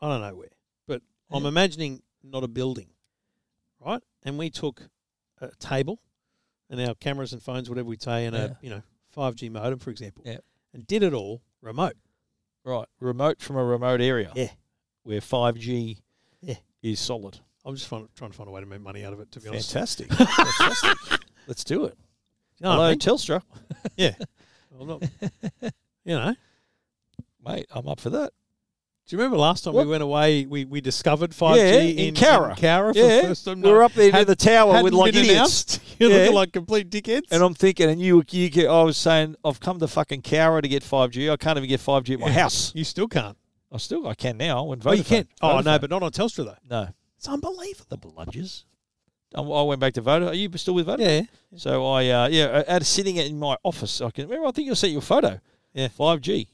[SPEAKER 1] I don't know where, but I'm
[SPEAKER 2] Yeah.
[SPEAKER 1] imagining not a building, right? And we took a table and our cameras and phones, whatever we say, and
[SPEAKER 2] Yeah.
[SPEAKER 1] a you know 5G modem, for example,
[SPEAKER 2] Yeah.
[SPEAKER 1] and did it all remote.
[SPEAKER 2] Right, remote from a remote area.
[SPEAKER 1] Yeah.
[SPEAKER 2] Where 5G
[SPEAKER 1] Yeah.
[SPEAKER 2] is solid.
[SPEAKER 1] I'm just fin- trying to find a way to make money out of it, to be honest.
[SPEAKER 2] Fantastic. Fantastic. Let's do it.
[SPEAKER 1] You know what
[SPEAKER 2] Hello,
[SPEAKER 1] I mean?
[SPEAKER 2] Telstra.
[SPEAKER 1] I'm not, you know.
[SPEAKER 2] Mate, I'm up for that.
[SPEAKER 1] Do you remember last time
[SPEAKER 2] What?
[SPEAKER 1] we went away? We, we discovered 5G
[SPEAKER 2] Yeah,
[SPEAKER 1] in,
[SPEAKER 2] in Cowra.
[SPEAKER 1] in Cowra for
[SPEAKER 2] Yeah,
[SPEAKER 1] the first time.
[SPEAKER 2] we were up there near
[SPEAKER 1] had-
[SPEAKER 2] the tower
[SPEAKER 1] hadn't
[SPEAKER 2] with like
[SPEAKER 1] been
[SPEAKER 2] idiots.
[SPEAKER 1] announced. You
[SPEAKER 2] Yeah.
[SPEAKER 1] look like complete dickheads.
[SPEAKER 2] And I'm thinking, and you, you get, I was saying, I've come to fucking Cowra to get 5G. I can't even get 5G at my
[SPEAKER 1] Yeah.
[SPEAKER 2] house.
[SPEAKER 1] you still can't.
[SPEAKER 2] I still, I can now. When
[SPEAKER 1] Oh, you
[SPEAKER 2] Vodafone-
[SPEAKER 1] can. Oh, no,
[SPEAKER 2] Vodafone.
[SPEAKER 1] but not on Telstra, though.
[SPEAKER 2] no.
[SPEAKER 1] It's unbelievable.
[SPEAKER 2] The bludgers. I I went back to Voda. Are you still with Voda?
[SPEAKER 1] Yeah.
[SPEAKER 2] So I, uh, yeah, at, sitting in my office, I can remember. I think you sent your photo.
[SPEAKER 1] Yeah.
[SPEAKER 2] 5G.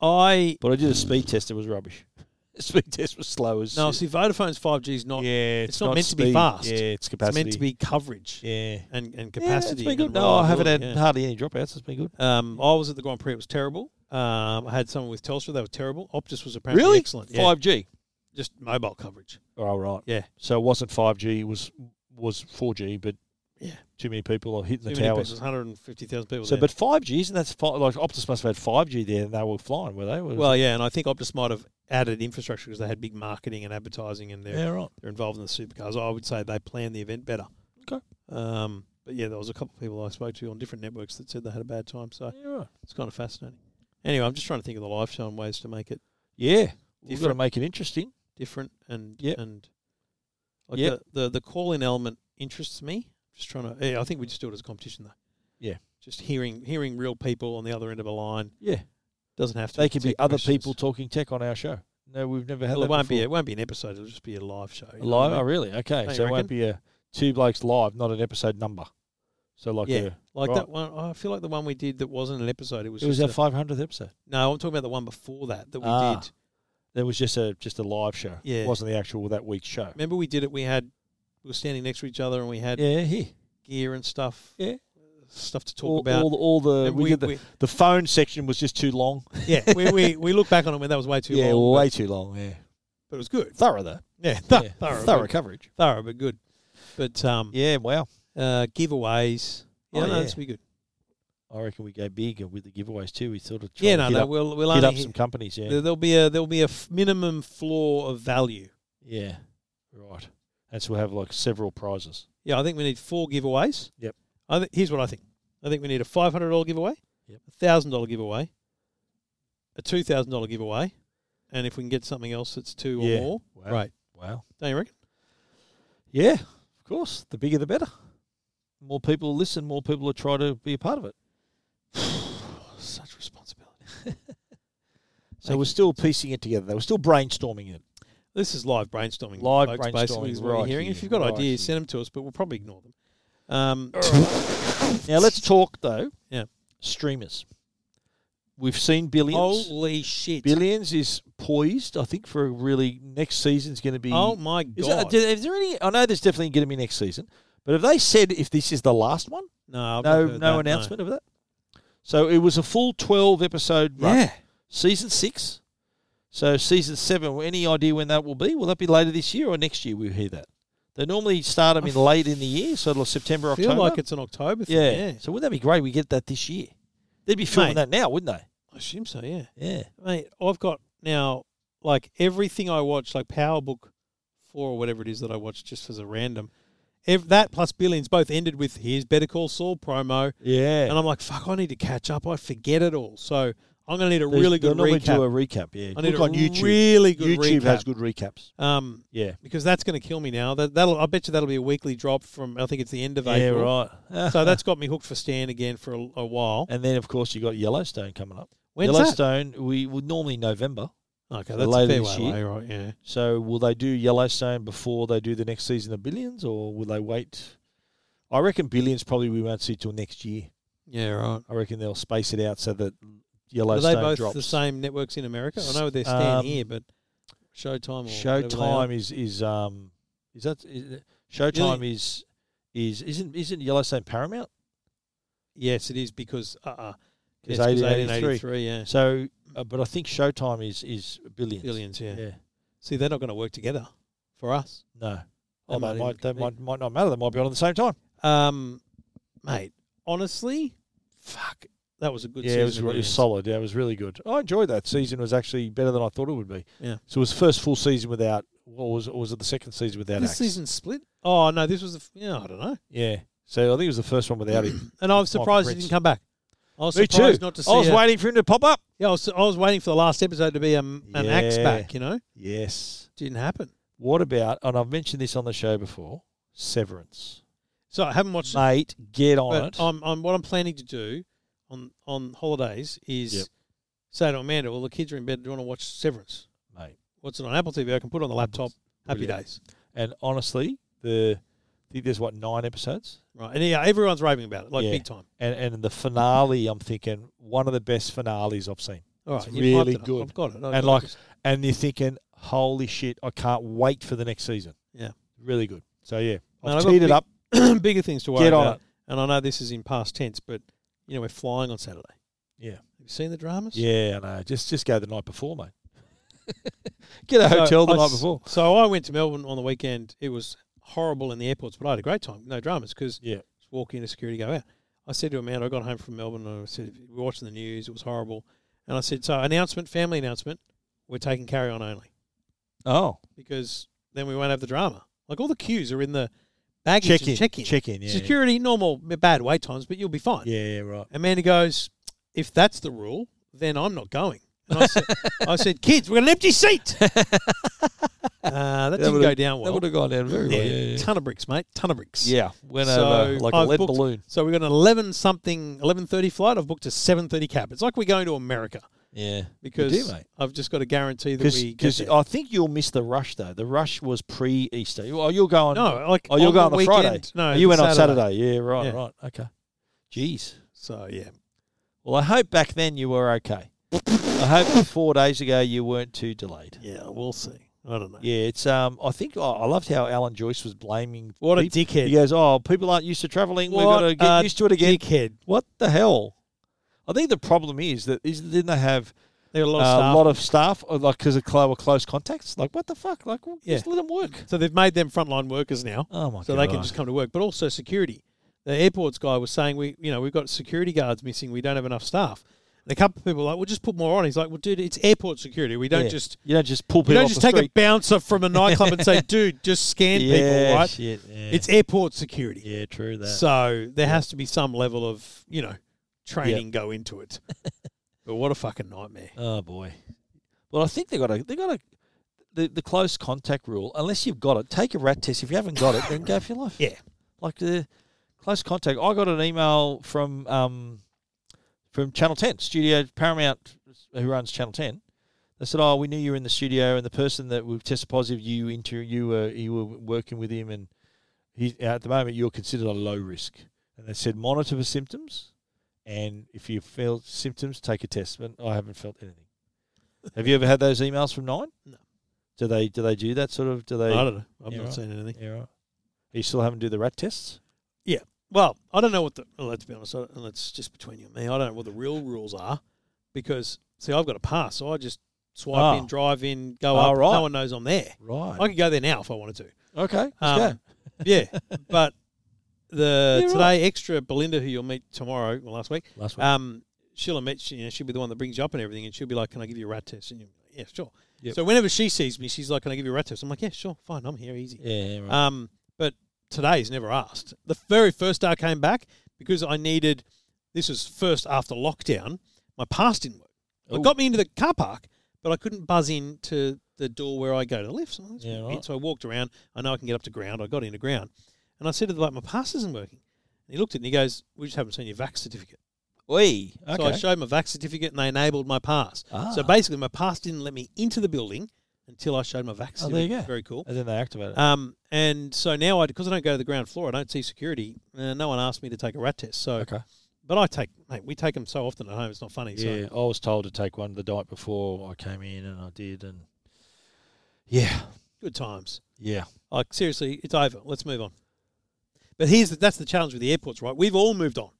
[SPEAKER 1] I.
[SPEAKER 2] But I did a speed test. It was rubbish. The speed test was slow as
[SPEAKER 1] No,
[SPEAKER 2] shit.
[SPEAKER 1] see, Vodafone's 5G is not.
[SPEAKER 2] yeah,
[SPEAKER 1] it's not meant to be fast.
[SPEAKER 2] Yeah, it's
[SPEAKER 1] it's
[SPEAKER 2] capacity.
[SPEAKER 1] meant to be coverage
[SPEAKER 2] yeah
[SPEAKER 1] and, and
[SPEAKER 2] Yeah,
[SPEAKER 1] capacity.
[SPEAKER 2] it's been good.
[SPEAKER 1] and
[SPEAKER 2] No, I haven't had
[SPEAKER 1] reliability,
[SPEAKER 2] hardly any dropouts. It's been good.
[SPEAKER 1] yeah. Um, I was at the Grand Prix. It was terrible. Um, I had someone with Telstra. They were terrible. Optus was apparently excellent. Yeah,
[SPEAKER 2] 5G.
[SPEAKER 1] just mobile coverage.
[SPEAKER 2] Oh right.
[SPEAKER 1] Yeah.
[SPEAKER 2] So it wasn't 5G. It was was 4G, but
[SPEAKER 1] Yeah.
[SPEAKER 2] too many people are hitting
[SPEAKER 1] Too
[SPEAKER 2] the
[SPEAKER 1] many people.
[SPEAKER 2] towers.
[SPEAKER 1] There's 150,000 people
[SPEAKER 2] So,
[SPEAKER 1] there.
[SPEAKER 2] but 5G isn't that fi- like Optus must have had 5G there, and they were flying, were they? Was-
[SPEAKER 1] Well, yeah, and I think Optus might have added infrastructure because they had big marketing and advertising, and they're
[SPEAKER 2] yeah, right.
[SPEAKER 1] they're involved in the supercars. I would say they planned the event better.
[SPEAKER 2] Okay.
[SPEAKER 1] Um, but yeah, there was a couple of people I spoke to on different networks that said they had a bad time, so
[SPEAKER 2] Yeah, right.
[SPEAKER 1] it's kind of fascinating. Anyway, I'm just trying to think of the live show and ways to make it
[SPEAKER 2] Yeah. We've got to
[SPEAKER 1] Different.
[SPEAKER 2] make it interesting.
[SPEAKER 1] different and
[SPEAKER 2] Yep.
[SPEAKER 1] and like
[SPEAKER 2] Yep.
[SPEAKER 1] the, the the call in element interests me. Just trying to, yeah, I think we just do it as a competition though.
[SPEAKER 2] Yeah.
[SPEAKER 1] Just hearing hearing real people on the other end of a line
[SPEAKER 2] Yeah.
[SPEAKER 1] doesn't have to.
[SPEAKER 2] They
[SPEAKER 1] be
[SPEAKER 2] could be
[SPEAKER 1] tech
[SPEAKER 2] other
[SPEAKER 1] questions.
[SPEAKER 2] people talking tech on our show. No, we've never had
[SPEAKER 1] Well,
[SPEAKER 2] that
[SPEAKER 1] it won't be.
[SPEAKER 2] before.
[SPEAKER 1] It won't be an episode. It'll just be a live show. you know what I
[SPEAKER 2] live.
[SPEAKER 1] mean?
[SPEAKER 2] Oh, really? Okay.
[SPEAKER 1] Don't you
[SPEAKER 2] so it
[SPEAKER 1] reckon?
[SPEAKER 2] won't be a two blokes live, not an episode number. So like
[SPEAKER 1] Yeah.
[SPEAKER 2] a,
[SPEAKER 1] Like
[SPEAKER 2] Right.
[SPEAKER 1] that one, I feel like the one we did that wasn't an episode. It was.
[SPEAKER 2] it was our
[SPEAKER 1] just
[SPEAKER 2] five hundredth episode.
[SPEAKER 1] a, no, I'm talking about the one before that that we
[SPEAKER 2] Ah.
[SPEAKER 1] did.
[SPEAKER 2] That was just a just a live show.
[SPEAKER 1] Yeah.
[SPEAKER 2] It wasn't the actual that week's show.
[SPEAKER 1] Remember we did it. We had we were standing next to each other and we had
[SPEAKER 2] Yeah, here.
[SPEAKER 1] gear and stuff.
[SPEAKER 2] Yeah.
[SPEAKER 1] stuff to talk
[SPEAKER 2] All,
[SPEAKER 1] about.
[SPEAKER 2] all, all the
[SPEAKER 1] And
[SPEAKER 2] we,
[SPEAKER 1] we-
[SPEAKER 2] did the,
[SPEAKER 1] we-
[SPEAKER 2] the phone section was just too long.
[SPEAKER 1] yeah, we, we we look back on it when that was way too
[SPEAKER 2] yeah,
[SPEAKER 1] long.
[SPEAKER 2] way
[SPEAKER 1] but,
[SPEAKER 2] too long. Yeah.
[SPEAKER 1] but it was good.
[SPEAKER 2] Thorough though.
[SPEAKER 1] Yeah,
[SPEAKER 2] Yeah.
[SPEAKER 1] thorough,
[SPEAKER 2] Thorough
[SPEAKER 1] but,
[SPEAKER 2] coverage.
[SPEAKER 1] thorough, but good. But um,
[SPEAKER 2] Yeah. Wow.
[SPEAKER 1] uh, giveaways. Yeah,
[SPEAKER 2] Oh,
[SPEAKER 1] no,
[SPEAKER 2] yeah.
[SPEAKER 1] that's be good.
[SPEAKER 2] I reckon we go big with the giveaways too. We sort of try
[SPEAKER 1] Yeah,
[SPEAKER 2] to
[SPEAKER 1] no,
[SPEAKER 2] hit
[SPEAKER 1] no,
[SPEAKER 2] up,
[SPEAKER 1] we'll we'll
[SPEAKER 2] hit
[SPEAKER 1] only
[SPEAKER 2] up some companies. Yeah.
[SPEAKER 1] there- there'll be a there'll be a f- minimum floor of value.
[SPEAKER 2] Yeah. Right. And so we'll have like several prizes.
[SPEAKER 1] Yeah, I think we need four giveaways.
[SPEAKER 2] Yep.
[SPEAKER 1] I th- here's what I think. I think we need a five hundred dollar giveaway,
[SPEAKER 2] Yep.
[SPEAKER 1] a thousand dollar giveaway, a two thousand dollar giveaway, and if we can get something else that's two
[SPEAKER 2] Yeah.
[SPEAKER 1] or more,
[SPEAKER 2] Wow.
[SPEAKER 1] right?
[SPEAKER 2] Wow.
[SPEAKER 1] Don't you reckon?
[SPEAKER 2] Yeah, of course. The bigger the better. More people listen, more people will try to be a part of it.
[SPEAKER 1] Such responsibility.
[SPEAKER 2] So we're still piecing it together. though. We're still brainstorming it.
[SPEAKER 1] This is live brainstorming.
[SPEAKER 2] Live
[SPEAKER 1] folks,
[SPEAKER 2] brainstorming
[SPEAKER 1] basically is what you're
[SPEAKER 2] right
[SPEAKER 1] hearing.
[SPEAKER 2] here,
[SPEAKER 1] if you've got
[SPEAKER 2] right
[SPEAKER 1] ideas,
[SPEAKER 2] here.
[SPEAKER 1] send them to us, but we'll probably ignore them. Um,
[SPEAKER 2] Now let's talk though.
[SPEAKER 1] Yeah.
[SPEAKER 2] Streamers. We've seen billions.
[SPEAKER 1] holy shit!
[SPEAKER 2] Billions is poised, I think, for a really next season's going to be.
[SPEAKER 1] Oh my god!
[SPEAKER 2] is, there, is there any? I know there's definitely going to be next season, but have they said if this is the last one?
[SPEAKER 1] no, I've not
[SPEAKER 2] no,
[SPEAKER 1] heard
[SPEAKER 2] no
[SPEAKER 1] that,
[SPEAKER 2] announcement of that. So it was a full twelve episode run.
[SPEAKER 1] Yeah,
[SPEAKER 2] season six. So season seven. Any idea when that will be? Will that be later this year or next year? We hear that. They normally start them in late in the year, so it'll September,
[SPEAKER 1] feel
[SPEAKER 2] October.
[SPEAKER 1] like it's an October thing.
[SPEAKER 2] yeah.
[SPEAKER 1] Yeah.
[SPEAKER 2] So wouldn't that be great? We get that this year. They'd be filming
[SPEAKER 1] Mate.
[SPEAKER 2] that now, wouldn't
[SPEAKER 1] I assume so, yeah.
[SPEAKER 2] they? Yeah.
[SPEAKER 1] Mate, I've got now, like, everything I watch, like Power Book 4 or whatever it is that I watch just as a random, ev- that plus Billions both ended with here's Better Call Saul promo.
[SPEAKER 2] Yeah.
[SPEAKER 1] And I'm like, fuck, I need to catch up. I forget it all. So I'm going to need a
[SPEAKER 2] They-
[SPEAKER 1] really
[SPEAKER 2] they'll
[SPEAKER 1] good
[SPEAKER 2] normally Do
[SPEAKER 1] recap.
[SPEAKER 2] a recap. Yeah.
[SPEAKER 1] I need
[SPEAKER 2] Look
[SPEAKER 1] a
[SPEAKER 2] on YouTube.
[SPEAKER 1] really good
[SPEAKER 2] YouTube has
[SPEAKER 1] recap.
[SPEAKER 2] good recaps.
[SPEAKER 1] um,
[SPEAKER 2] Yeah.
[SPEAKER 1] because that's going to kill me now. That, that'll, I bet you that'll be a weekly drop from, I think it's the end of
[SPEAKER 2] Yeah.
[SPEAKER 1] April.
[SPEAKER 2] Right.
[SPEAKER 1] So that's got me hooked for Stan again for a, a while.
[SPEAKER 2] and then of course you got Yellowstone coming up.
[SPEAKER 1] When's that?
[SPEAKER 2] Yellowstone we would normally November.
[SPEAKER 1] Okay,
[SPEAKER 2] So
[SPEAKER 1] that's a
[SPEAKER 2] later
[SPEAKER 1] fair
[SPEAKER 2] this
[SPEAKER 1] way
[SPEAKER 2] year.
[SPEAKER 1] away, right? Yeah.
[SPEAKER 2] So will they do Yellowstone before they do the next season of Billions, or will they wait? I reckon Billions probably we won't see till next year.
[SPEAKER 1] Yeah, right.
[SPEAKER 2] I reckon they'll space it out so
[SPEAKER 1] Are
[SPEAKER 2] that
[SPEAKER 1] they
[SPEAKER 2] Yellowstone
[SPEAKER 1] both
[SPEAKER 2] drops.
[SPEAKER 1] the same networks in America? I know they're Stan
[SPEAKER 2] Um,
[SPEAKER 1] here, but Showtime or
[SPEAKER 2] Showtime is is um is that is, it- Showtime is is isn't isn't Yellowstone Paramount?
[SPEAKER 1] Yes, it is because uh uh yes,
[SPEAKER 2] It's
[SPEAKER 1] 'cause
[SPEAKER 2] 1883.
[SPEAKER 1] 1883, yeah.
[SPEAKER 2] So, uh, but I think Showtime is is Billions.
[SPEAKER 1] Billions, yeah.
[SPEAKER 2] yeah.
[SPEAKER 1] See, they're not going to work together for us.
[SPEAKER 2] No.
[SPEAKER 1] They
[SPEAKER 2] Oh,
[SPEAKER 1] might
[SPEAKER 2] they
[SPEAKER 1] even
[SPEAKER 2] might, they
[SPEAKER 1] compete.
[SPEAKER 2] might, might not matter. They might be on at the same time.
[SPEAKER 1] Um mate, honestly, fuck. That was a good
[SPEAKER 2] yeah,
[SPEAKER 1] season.
[SPEAKER 2] it was,
[SPEAKER 1] of
[SPEAKER 2] re- it was
[SPEAKER 1] Billions.
[SPEAKER 2] solid. Yeah, it was really good. I enjoyed that season. It was actually better than I thought it would be.
[SPEAKER 1] Yeah.
[SPEAKER 2] So it was first full season without. What was or was it the second season without?
[SPEAKER 1] This
[SPEAKER 2] Axe?
[SPEAKER 1] season split? Oh, no, this was the f- yeah, I don't know.
[SPEAKER 2] Yeah. So I think it was the first one without him.
[SPEAKER 1] And I was
[SPEAKER 2] Michael
[SPEAKER 1] surprised he
[SPEAKER 2] Prince.
[SPEAKER 1] didn't come back. I was
[SPEAKER 2] Me too.
[SPEAKER 1] surprised not to see
[SPEAKER 2] I was
[SPEAKER 1] a-
[SPEAKER 2] waiting for him to pop up.
[SPEAKER 1] Yeah, I was, I was waiting for the last episode to be a, an axe
[SPEAKER 2] Yeah.
[SPEAKER 1] back, you know?
[SPEAKER 2] Yes.
[SPEAKER 1] Didn't happen.
[SPEAKER 2] What about? And I've mentioned this on the show before. Severance.
[SPEAKER 1] So I haven't watched
[SPEAKER 2] Mate, get on
[SPEAKER 1] But
[SPEAKER 2] it.
[SPEAKER 1] I'm, I'm what I'm planning to do on on holidays is
[SPEAKER 2] Yep.
[SPEAKER 1] say to Amanda, "Well, the kids are in bed. Do you want to watch Severance?
[SPEAKER 2] Mate,
[SPEAKER 1] What's it on Apple TV? I can put it on the laptop. Happy
[SPEAKER 2] Brilliant.
[SPEAKER 1] days,
[SPEAKER 2] and honestly, the I think there's what nine episodes.
[SPEAKER 1] right? And yeah, everyone's raving about it, like
[SPEAKER 2] Yeah.
[SPEAKER 1] big time.
[SPEAKER 2] and and the finale, I'm thinking one of the best finales I've seen.
[SPEAKER 1] All right,
[SPEAKER 2] It's
[SPEAKER 1] you've hyped
[SPEAKER 2] really
[SPEAKER 1] it up.
[SPEAKER 2] good.
[SPEAKER 1] I've got it. I've got
[SPEAKER 2] and like,
[SPEAKER 1] it.
[SPEAKER 2] and you're thinking, holy shit, I can't wait for the next season.
[SPEAKER 1] Yeah.
[SPEAKER 2] really good. So yeah,
[SPEAKER 1] Man,
[SPEAKER 2] I've
[SPEAKER 1] I've got
[SPEAKER 2] teed it
[SPEAKER 1] big-
[SPEAKER 2] up.
[SPEAKER 1] bigger things to worry
[SPEAKER 2] Get on
[SPEAKER 1] about. And I know this is in past tense, but you know we're flying on Saturday.
[SPEAKER 2] Yeah.
[SPEAKER 1] have you seen the dramas?
[SPEAKER 2] it. Yeah, I know. Just just go the night before, mate. Get a
[SPEAKER 1] So
[SPEAKER 2] hotel the
[SPEAKER 1] I
[SPEAKER 2] night
[SPEAKER 1] s-
[SPEAKER 2] before.
[SPEAKER 1] So I went to Melbourne on the weekend. It was horrible in the airports, but I had a great time. No dramas because
[SPEAKER 2] Yeah.
[SPEAKER 1] just walk in, a security go out. I said to Amanda, I got home from Melbourne and I said, we were watching the news. It was horrible. And I said, so announcement, family announcement, we're taking carry on only
[SPEAKER 2] Oh,
[SPEAKER 1] because then we won't have the drama. Like all the queues are in the baggage
[SPEAKER 2] check in,
[SPEAKER 1] and check in.
[SPEAKER 2] check in. Yeah,
[SPEAKER 1] Security, normal, bad wait times, but you'll be fine.
[SPEAKER 2] Yeah, yeah, right.
[SPEAKER 1] Amanda goes, if that's the rule, then I'm not going. And I said, I said kids, we've got an empty seat. uh, that, didn't
[SPEAKER 2] would've-
[SPEAKER 1] go down
[SPEAKER 2] That
[SPEAKER 1] well.
[SPEAKER 2] would have gone down very well. Yeah, yeah, yeah.
[SPEAKER 1] Ton of bricks, mate. Ton of bricks.
[SPEAKER 2] Yeah, went
[SPEAKER 1] So
[SPEAKER 2] over like a
[SPEAKER 1] I've
[SPEAKER 2] lead
[SPEAKER 1] booked-
[SPEAKER 2] balloon.
[SPEAKER 1] So we've got an eleven something, eleven thirty flight. I've booked a seven thirty cab. It's like we're going to America
[SPEAKER 2] Yeah,
[SPEAKER 1] because
[SPEAKER 2] do, mate.
[SPEAKER 1] I've just got to guarantee that we get
[SPEAKER 2] because
[SPEAKER 1] there.
[SPEAKER 2] I think you'll miss the rush though. The rush was pre Easter. Oh, you're going.
[SPEAKER 1] no, like
[SPEAKER 2] Oh, you'll go on the
[SPEAKER 1] weekend,
[SPEAKER 2] Friday.
[SPEAKER 1] No,
[SPEAKER 2] Oh, you
[SPEAKER 1] the
[SPEAKER 2] went on Saturday. Yeah, right,
[SPEAKER 1] Yeah.
[SPEAKER 2] right. Okay. Jeez.
[SPEAKER 1] So yeah,
[SPEAKER 2] Well, I hope back then you were okay. I hope four days ago you weren't too delayed.
[SPEAKER 1] yeah, we'll see. I don't know.
[SPEAKER 2] Yeah, it's um. I think oh, I loved how Alan Joyce was blaming.
[SPEAKER 1] What a
[SPEAKER 2] people. He
[SPEAKER 1] dickhead!
[SPEAKER 2] goes, "Oh, people aren't used to travelling. We've got
[SPEAKER 1] What
[SPEAKER 2] to get
[SPEAKER 1] a
[SPEAKER 2] used to it again."
[SPEAKER 1] Dickhead.
[SPEAKER 2] What the hell? I think the problem is that is didn't they have
[SPEAKER 1] They got a
[SPEAKER 2] uh,
[SPEAKER 1] lot of
[SPEAKER 2] a
[SPEAKER 1] staff.
[SPEAKER 2] lot of staff, or like because of clo- were close contacts? Like what the fuck? Like well, just let them work.
[SPEAKER 1] so they've made them frontline workers now,
[SPEAKER 2] Oh my god!
[SPEAKER 1] so they can just come to work. But also security. The airports guy was saying we, you know, we've got security guards missing. We don't have enough staff. And a couple of people were like, we'll just put more on. He's like, well, dude, it's airport security. We don't
[SPEAKER 2] Yeah.
[SPEAKER 1] just
[SPEAKER 2] you don't just pull people.
[SPEAKER 1] You don't
[SPEAKER 2] off
[SPEAKER 1] just
[SPEAKER 2] the
[SPEAKER 1] take
[SPEAKER 2] street.
[SPEAKER 1] a bouncer from a nightclub and say, dude, just scan people,
[SPEAKER 2] yeah,
[SPEAKER 1] right?
[SPEAKER 2] Shit, yeah.
[SPEAKER 1] It's airport security.
[SPEAKER 2] yeah, true that.
[SPEAKER 1] So there has to be some level of, you know, training go into it. but what a fucking nightmare.
[SPEAKER 2] Oh boy. Well, I think they got a they got a the, the close contact rule. Unless you've got it, take a rat test. If you haven't got it, then go for your life.
[SPEAKER 1] Yeah.
[SPEAKER 2] Like the close contact. I got an email from um from Channel Ten Studio Paramount, who runs Channel Ten. They said, "Oh, we knew you were in the studio, and the person that we tested positive, you inter you were you were working with him, and he at the moment you're considered a low risk." And they said, "Monitor for symptoms, and if you feel symptoms, take a test." But I haven't felt anything. Have you ever had those emails from Nine?
[SPEAKER 1] No.
[SPEAKER 2] Do they do they do that sort of? Do they?
[SPEAKER 1] I don't know. I've
[SPEAKER 2] Yeah,
[SPEAKER 1] not
[SPEAKER 2] right.
[SPEAKER 1] seen anything.
[SPEAKER 2] Yeah, right. Are you still having to do the rat tests?
[SPEAKER 1] Well, I don't know what the, well, let's be honest, I- and that's just between you and me. I don't know what the real rules are because See, I've got a pass, so I just swipe
[SPEAKER 2] Ah.
[SPEAKER 1] in, drive in, go
[SPEAKER 2] Ah,
[SPEAKER 1] up.
[SPEAKER 2] right.
[SPEAKER 1] No one knows I'm there.
[SPEAKER 2] Right.
[SPEAKER 1] I could go there now if I wanted to.
[SPEAKER 2] okay. Let's
[SPEAKER 1] Um,
[SPEAKER 2] go.
[SPEAKER 1] Yeah, but the
[SPEAKER 2] Yeah,
[SPEAKER 1] today
[SPEAKER 2] right.
[SPEAKER 1] extra Belinda, who you'll meet tomorrow or last week,
[SPEAKER 2] Last week.
[SPEAKER 1] um, she'll admit she, you know, she'll be the one that brings you up and everything, and she'll be like, "Can I give you a rat test?" And you, yeah, sure.
[SPEAKER 2] Yep.
[SPEAKER 1] So whenever she sees me, she's like, "Can I give you a rat test?" I'm like, "Yeah, sure, fine, I'm here, easy."
[SPEAKER 2] yeah. Right.
[SPEAKER 1] Um, but today's never asked. The very first day I came back because I needed. This was first after lockdown. My pass didn't work.
[SPEAKER 2] Ooh.
[SPEAKER 1] It got me into the car park, but I couldn't buzz in to the door where I go to the lifts. I'm like, "That's
[SPEAKER 2] Yeah,
[SPEAKER 1] weird."
[SPEAKER 2] right.
[SPEAKER 1] So I walked around. I know I can get up to ground. I got into ground, and I said to the bloke, "My pass isn't working." And he looked at me and he goes, "We just haven't seen your vax certificate."
[SPEAKER 3] Oi.
[SPEAKER 2] okay.
[SPEAKER 1] So I showed my vax certificate, and they enabled my pass.
[SPEAKER 2] ah.
[SPEAKER 1] So basically, my pass didn't let me into the building until I showed my vax.
[SPEAKER 2] Oh, there you
[SPEAKER 1] certificate.
[SPEAKER 2] go.
[SPEAKER 1] Very cool.
[SPEAKER 2] and then they activate it.
[SPEAKER 1] Um, and so now I because I don't go to the ground floor, I don't see security. Uh, no one asked me to take a rat test. So,
[SPEAKER 2] okay.
[SPEAKER 1] but I take mate, we take them so often at home. It's not funny.
[SPEAKER 2] Yeah, I was told to take one the night before I came in, and I did, and yeah,
[SPEAKER 1] So good times.
[SPEAKER 2] yeah,
[SPEAKER 1] Like seriously, it's over. Let's move on. But here's the, that's the challenge with the airports, right? We've all moved on,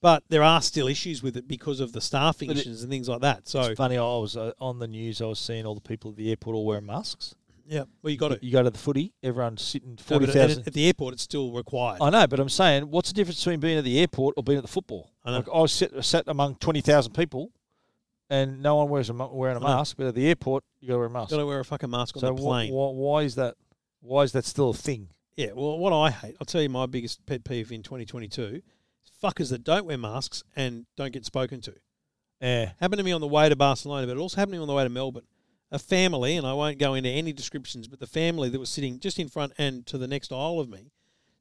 [SPEAKER 1] but there are still issues with it because of the staffing
[SPEAKER 2] But it-
[SPEAKER 1] issues and things like that. So
[SPEAKER 2] it's funny. I was uh, on the news. I was seeing all the people at the airport all wearing masks.
[SPEAKER 1] yeah, well you got it.
[SPEAKER 2] You go to the footy, everyone's sitting
[SPEAKER 1] No,
[SPEAKER 2] forty
[SPEAKER 1] but at-
[SPEAKER 2] thousand.
[SPEAKER 1] at the airport, it's still required.
[SPEAKER 2] I know, but I'm saying, what's the difference between being at the airport or being at the football?
[SPEAKER 1] I know.
[SPEAKER 2] Like I was sat, sat among twenty thousand people, and no one wears a, ma- wearing a
[SPEAKER 1] I know.
[SPEAKER 2] mask. But at the airport, you got to wear a mask.
[SPEAKER 1] Got to wear a fucking mask on
[SPEAKER 2] so
[SPEAKER 1] the
[SPEAKER 2] wh-
[SPEAKER 1] plane.
[SPEAKER 2] wh- why is that? Why is that still a thing?
[SPEAKER 1] Yeah, well, what I hate, I'll tell you my biggest pet peeve in 2022 fuckers that don't wear masks and don't get spoken to.
[SPEAKER 2] Yeah,
[SPEAKER 1] Happened to me on the way to Barcelona, but it also happened to me on the way to Melbourne. A family, and I won't go into any descriptions, but the family that was sitting just in front and to the next aisle of me,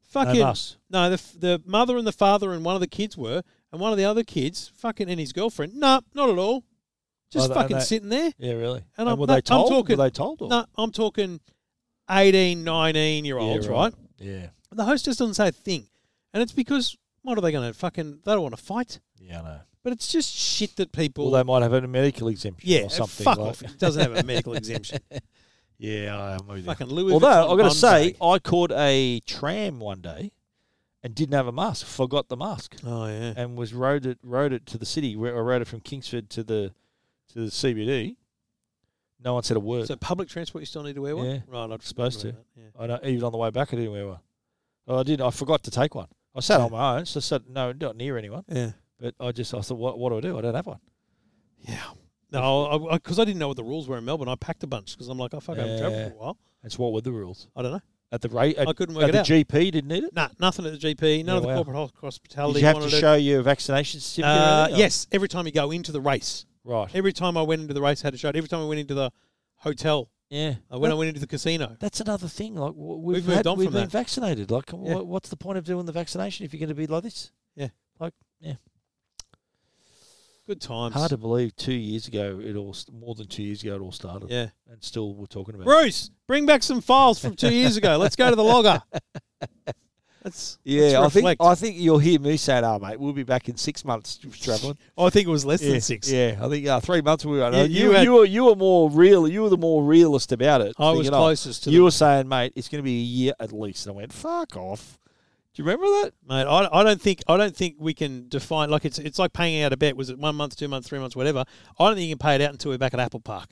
[SPEAKER 1] fucking.
[SPEAKER 2] us.
[SPEAKER 1] No, the, f- the mother and the father and one of the kids were, and one of the other kids, fucking, and his girlfriend, no, not at all. Just
[SPEAKER 2] Oh, they-
[SPEAKER 1] fucking
[SPEAKER 2] they-
[SPEAKER 1] sitting there.
[SPEAKER 2] yeah, really.
[SPEAKER 1] And
[SPEAKER 2] And,
[SPEAKER 1] I'm-
[SPEAKER 2] were
[SPEAKER 1] no,
[SPEAKER 2] they
[SPEAKER 1] I'm
[SPEAKER 2] told?
[SPEAKER 1] talking-
[SPEAKER 2] were they told? Or?
[SPEAKER 1] No, I'm talking 18, 19 year olds, right?
[SPEAKER 2] Yeah,
[SPEAKER 1] The hostess doesn't say a thing. And it's because, what are they going to fucking, they don't want to fight.
[SPEAKER 2] yeah, I know.
[SPEAKER 1] But it's just shit that people,
[SPEAKER 2] Well, they might have a medical exemption
[SPEAKER 1] yeah,
[SPEAKER 2] or something.
[SPEAKER 1] fuck
[SPEAKER 2] like-
[SPEAKER 1] off. It doesn't have a medical exemption.
[SPEAKER 2] Yeah, I am with you.
[SPEAKER 1] Fucking Louis
[SPEAKER 2] Although
[SPEAKER 1] Vuitton
[SPEAKER 2] I've got to
[SPEAKER 1] bum
[SPEAKER 2] say,
[SPEAKER 1] bag.
[SPEAKER 2] I caught a tram one day and didn't have a mask. Forgot the mask
[SPEAKER 1] Oh, yeah.
[SPEAKER 2] and was rode it rode it to the city where I rode it from Kingsford to the to the CBD. No one said a word.
[SPEAKER 1] So public transport, you still need to wear one?
[SPEAKER 2] Yeah.
[SPEAKER 1] Right, I'd
[SPEAKER 2] Supposed
[SPEAKER 1] remember that, yeah.
[SPEAKER 2] I don't, even on the way back, I didn't wear one. Oh, I did. I forgot to take one. I sat
[SPEAKER 1] Yeah.
[SPEAKER 2] on my own, so I sat no, not near anyone.
[SPEAKER 1] Yeah.
[SPEAKER 2] But I just I thought, what, what do I do? I don't have one.
[SPEAKER 1] No, because I, didn't know what the rules were in Melbourne. I packed a bunch because I'm like, oh, fuck, I haven't travelled
[SPEAKER 2] Yeah.
[SPEAKER 1] for a while.
[SPEAKER 2] That's what were the rules
[SPEAKER 1] I don't know.
[SPEAKER 2] at the rate at,
[SPEAKER 1] I couldn't work
[SPEAKER 2] at
[SPEAKER 1] it
[SPEAKER 2] the
[SPEAKER 1] out.
[SPEAKER 2] GP didn't need it.
[SPEAKER 1] Nah, nothing at the GP. None
[SPEAKER 2] Yeah,
[SPEAKER 1] of the
[SPEAKER 2] wow.
[SPEAKER 1] corporate hos- hospitality
[SPEAKER 2] Did you have to
[SPEAKER 1] wanted
[SPEAKER 2] show your vaccination
[SPEAKER 1] it.
[SPEAKER 2] certificate? or
[SPEAKER 1] Uh,
[SPEAKER 2] anything?
[SPEAKER 1] yes, every time you go into the race.
[SPEAKER 2] Right.
[SPEAKER 1] Every time I went into the race, I had to show it. Every time I went into the hotel,
[SPEAKER 2] Yeah.
[SPEAKER 1] uh, when I went into the casino.
[SPEAKER 2] That's another thing. Like w- we've,
[SPEAKER 1] We've moved
[SPEAKER 2] had,
[SPEAKER 1] on
[SPEAKER 2] we've
[SPEAKER 1] from
[SPEAKER 2] been
[SPEAKER 1] that.
[SPEAKER 2] vaccinated. Like, wh-
[SPEAKER 1] Yeah.
[SPEAKER 2] what's the point of doing the vaccination if you're going to be like this?
[SPEAKER 1] Good times.
[SPEAKER 2] Hard to believe. Two years ago, it all st- more than two years ago, it all started,
[SPEAKER 1] Yeah.
[SPEAKER 2] and still we're talking about. it.
[SPEAKER 1] Bruce, bring back some files from two years ago. Let's go to the logger. Let's,
[SPEAKER 2] Yeah, I
[SPEAKER 1] let's
[SPEAKER 2] think
[SPEAKER 1] reflect.
[SPEAKER 2] I think you'll hear me say, "Oh, mate, we'll be back in six months traveling."
[SPEAKER 1] Oh, I think it was less
[SPEAKER 2] yeah,
[SPEAKER 1] than six.
[SPEAKER 2] Yeah, I think uh, three months we were.
[SPEAKER 1] Yeah,
[SPEAKER 2] you,
[SPEAKER 1] you
[SPEAKER 2] you,
[SPEAKER 1] had-
[SPEAKER 2] were you were more real. You were the more realist about it.
[SPEAKER 1] I was
[SPEAKER 2] thinking, oh,
[SPEAKER 1] closest to
[SPEAKER 2] You
[SPEAKER 1] you
[SPEAKER 2] were saying, "Mate, it's going to be a year at least," and I went, "Fuck off." Do you remember that?
[SPEAKER 1] mate. I, I don't think I don't think we can define like it's it's like paying out a bet. Was it one month, two months, three months, whatever? I don't think you can pay it out until we're back at Apple Park.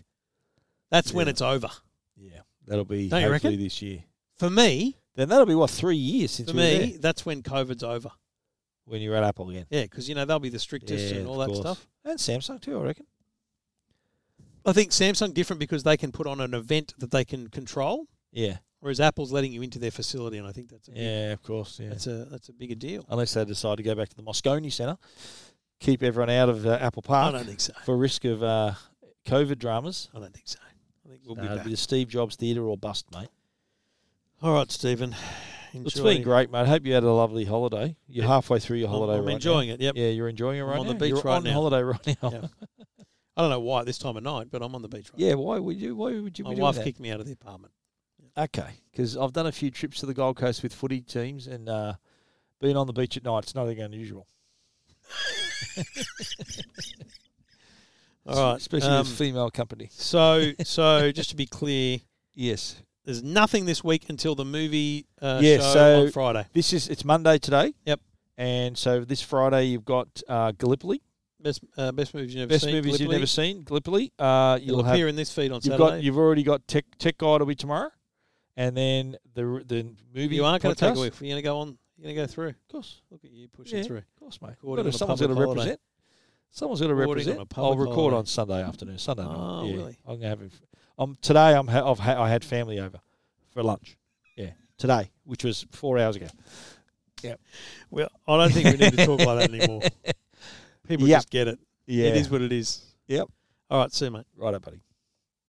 [SPEAKER 1] That's when
[SPEAKER 2] Yeah.
[SPEAKER 1] it's over
[SPEAKER 2] Yeah, that'll be
[SPEAKER 1] Don't you
[SPEAKER 2] hopefully
[SPEAKER 1] reckon?
[SPEAKER 2] this year.
[SPEAKER 1] for me.
[SPEAKER 2] Then that'll be what three years since
[SPEAKER 1] For
[SPEAKER 2] we were there?
[SPEAKER 1] me, that's when COVID's over.
[SPEAKER 2] when you're at Apple again.
[SPEAKER 1] Yeah, because you know they'll be the strictest and
[SPEAKER 2] of
[SPEAKER 1] all that
[SPEAKER 2] course.
[SPEAKER 1] stuff.
[SPEAKER 2] And Samsung too, I reckon.
[SPEAKER 1] I think Samsung different because they can put on an event that they can control,
[SPEAKER 2] Yeah.
[SPEAKER 1] whereas Apple's letting you into their facility, and I think that's a big
[SPEAKER 2] Yeah, of course. Yeah.
[SPEAKER 1] That's a that's a bigger deal.
[SPEAKER 2] Unless they decide to go back to the Moscone Centre, keep everyone out of uh, Apple
[SPEAKER 1] I
[SPEAKER 2] Park
[SPEAKER 1] don't think so.
[SPEAKER 2] for risk of uh, COVID dramas.
[SPEAKER 1] I don't think so. I think we'll
[SPEAKER 2] Nah,
[SPEAKER 1] be
[SPEAKER 2] it'll
[SPEAKER 1] back.
[SPEAKER 2] be the Steve Jobs Theatre or bust, mate.
[SPEAKER 1] All right, Stephen. Enjoy.
[SPEAKER 2] It's been great, mate. Hope you had a lovely holiday. You're
[SPEAKER 1] Yeah.
[SPEAKER 2] halfway through your
[SPEAKER 1] I'm,
[SPEAKER 2] holiday.
[SPEAKER 1] I'm
[SPEAKER 2] right now.
[SPEAKER 1] enjoying it. Yep.
[SPEAKER 2] Yeah, you're enjoying it right
[SPEAKER 1] on
[SPEAKER 2] now.
[SPEAKER 1] the beach
[SPEAKER 2] You're
[SPEAKER 1] right
[SPEAKER 2] on
[SPEAKER 1] now.
[SPEAKER 2] holiday right now.
[SPEAKER 1] Yeah.
[SPEAKER 2] Yeah.
[SPEAKER 1] I don't know why at this time of night, but I'm on the beach right now.
[SPEAKER 2] why would you? Why would you?
[SPEAKER 1] My
[SPEAKER 2] be doing
[SPEAKER 1] wife
[SPEAKER 2] that?
[SPEAKER 1] kicked me out of the apartment.
[SPEAKER 2] Okay, because I've done a few trips to the Gold Coast with footy teams and uh, being on the beach at night's nothing unusual.
[SPEAKER 1] All right.
[SPEAKER 2] especially
[SPEAKER 1] um,
[SPEAKER 2] with female company.
[SPEAKER 1] so so just to be clear,
[SPEAKER 2] Yes,
[SPEAKER 1] there's nothing this week until the movie uh,
[SPEAKER 2] Yeah,
[SPEAKER 1] show
[SPEAKER 2] so-
[SPEAKER 1] on Friday.
[SPEAKER 2] this is it's Monday today.
[SPEAKER 1] Yep.
[SPEAKER 2] And so this Friday you've got uh, Gallipoli
[SPEAKER 1] Best uh, best movies you've never
[SPEAKER 2] Best
[SPEAKER 1] seen.
[SPEAKER 2] movies you've
[SPEAKER 1] Gallipoli.
[SPEAKER 2] never seen, Gallipoli. Uh,
[SPEAKER 1] It'll
[SPEAKER 2] you'll have
[SPEAKER 1] appear in this feed on
[SPEAKER 2] you've
[SPEAKER 1] Saturday.
[SPEAKER 2] got you've already got Tech Tech Guide will be tomorrow, and then the the movie
[SPEAKER 1] you aren't going to take
[SPEAKER 2] podcast.
[SPEAKER 1] away. You're going to go on. You're going to go through.
[SPEAKER 2] Of course,
[SPEAKER 1] Look at you pushing
[SPEAKER 2] Yeah.
[SPEAKER 1] through.
[SPEAKER 2] of course, mate.
[SPEAKER 1] Recording on
[SPEAKER 2] Gotta-
[SPEAKER 1] a
[SPEAKER 2] someone's got to
[SPEAKER 1] public holiday.
[SPEAKER 2] represent. Someone's got to
[SPEAKER 1] Recording on
[SPEAKER 2] represent.
[SPEAKER 1] a
[SPEAKER 2] I'll
[SPEAKER 1] public
[SPEAKER 2] record
[SPEAKER 1] holiday.
[SPEAKER 2] on Sunday afternoon. Sunday night.
[SPEAKER 1] Oh,
[SPEAKER 2] yeah.
[SPEAKER 1] really?
[SPEAKER 2] I'm going to have. Um, today I'm ha- I've ha- I had family over for lunch. Yeah, today, which was four hours ago.
[SPEAKER 1] Well, I don't think we need to talk like that anymore. People
[SPEAKER 2] Yep.
[SPEAKER 1] just get it.
[SPEAKER 2] Yeah,
[SPEAKER 1] It is what it is.
[SPEAKER 2] Yep.
[SPEAKER 1] All right, see you, mate.
[SPEAKER 2] Right up, buddy.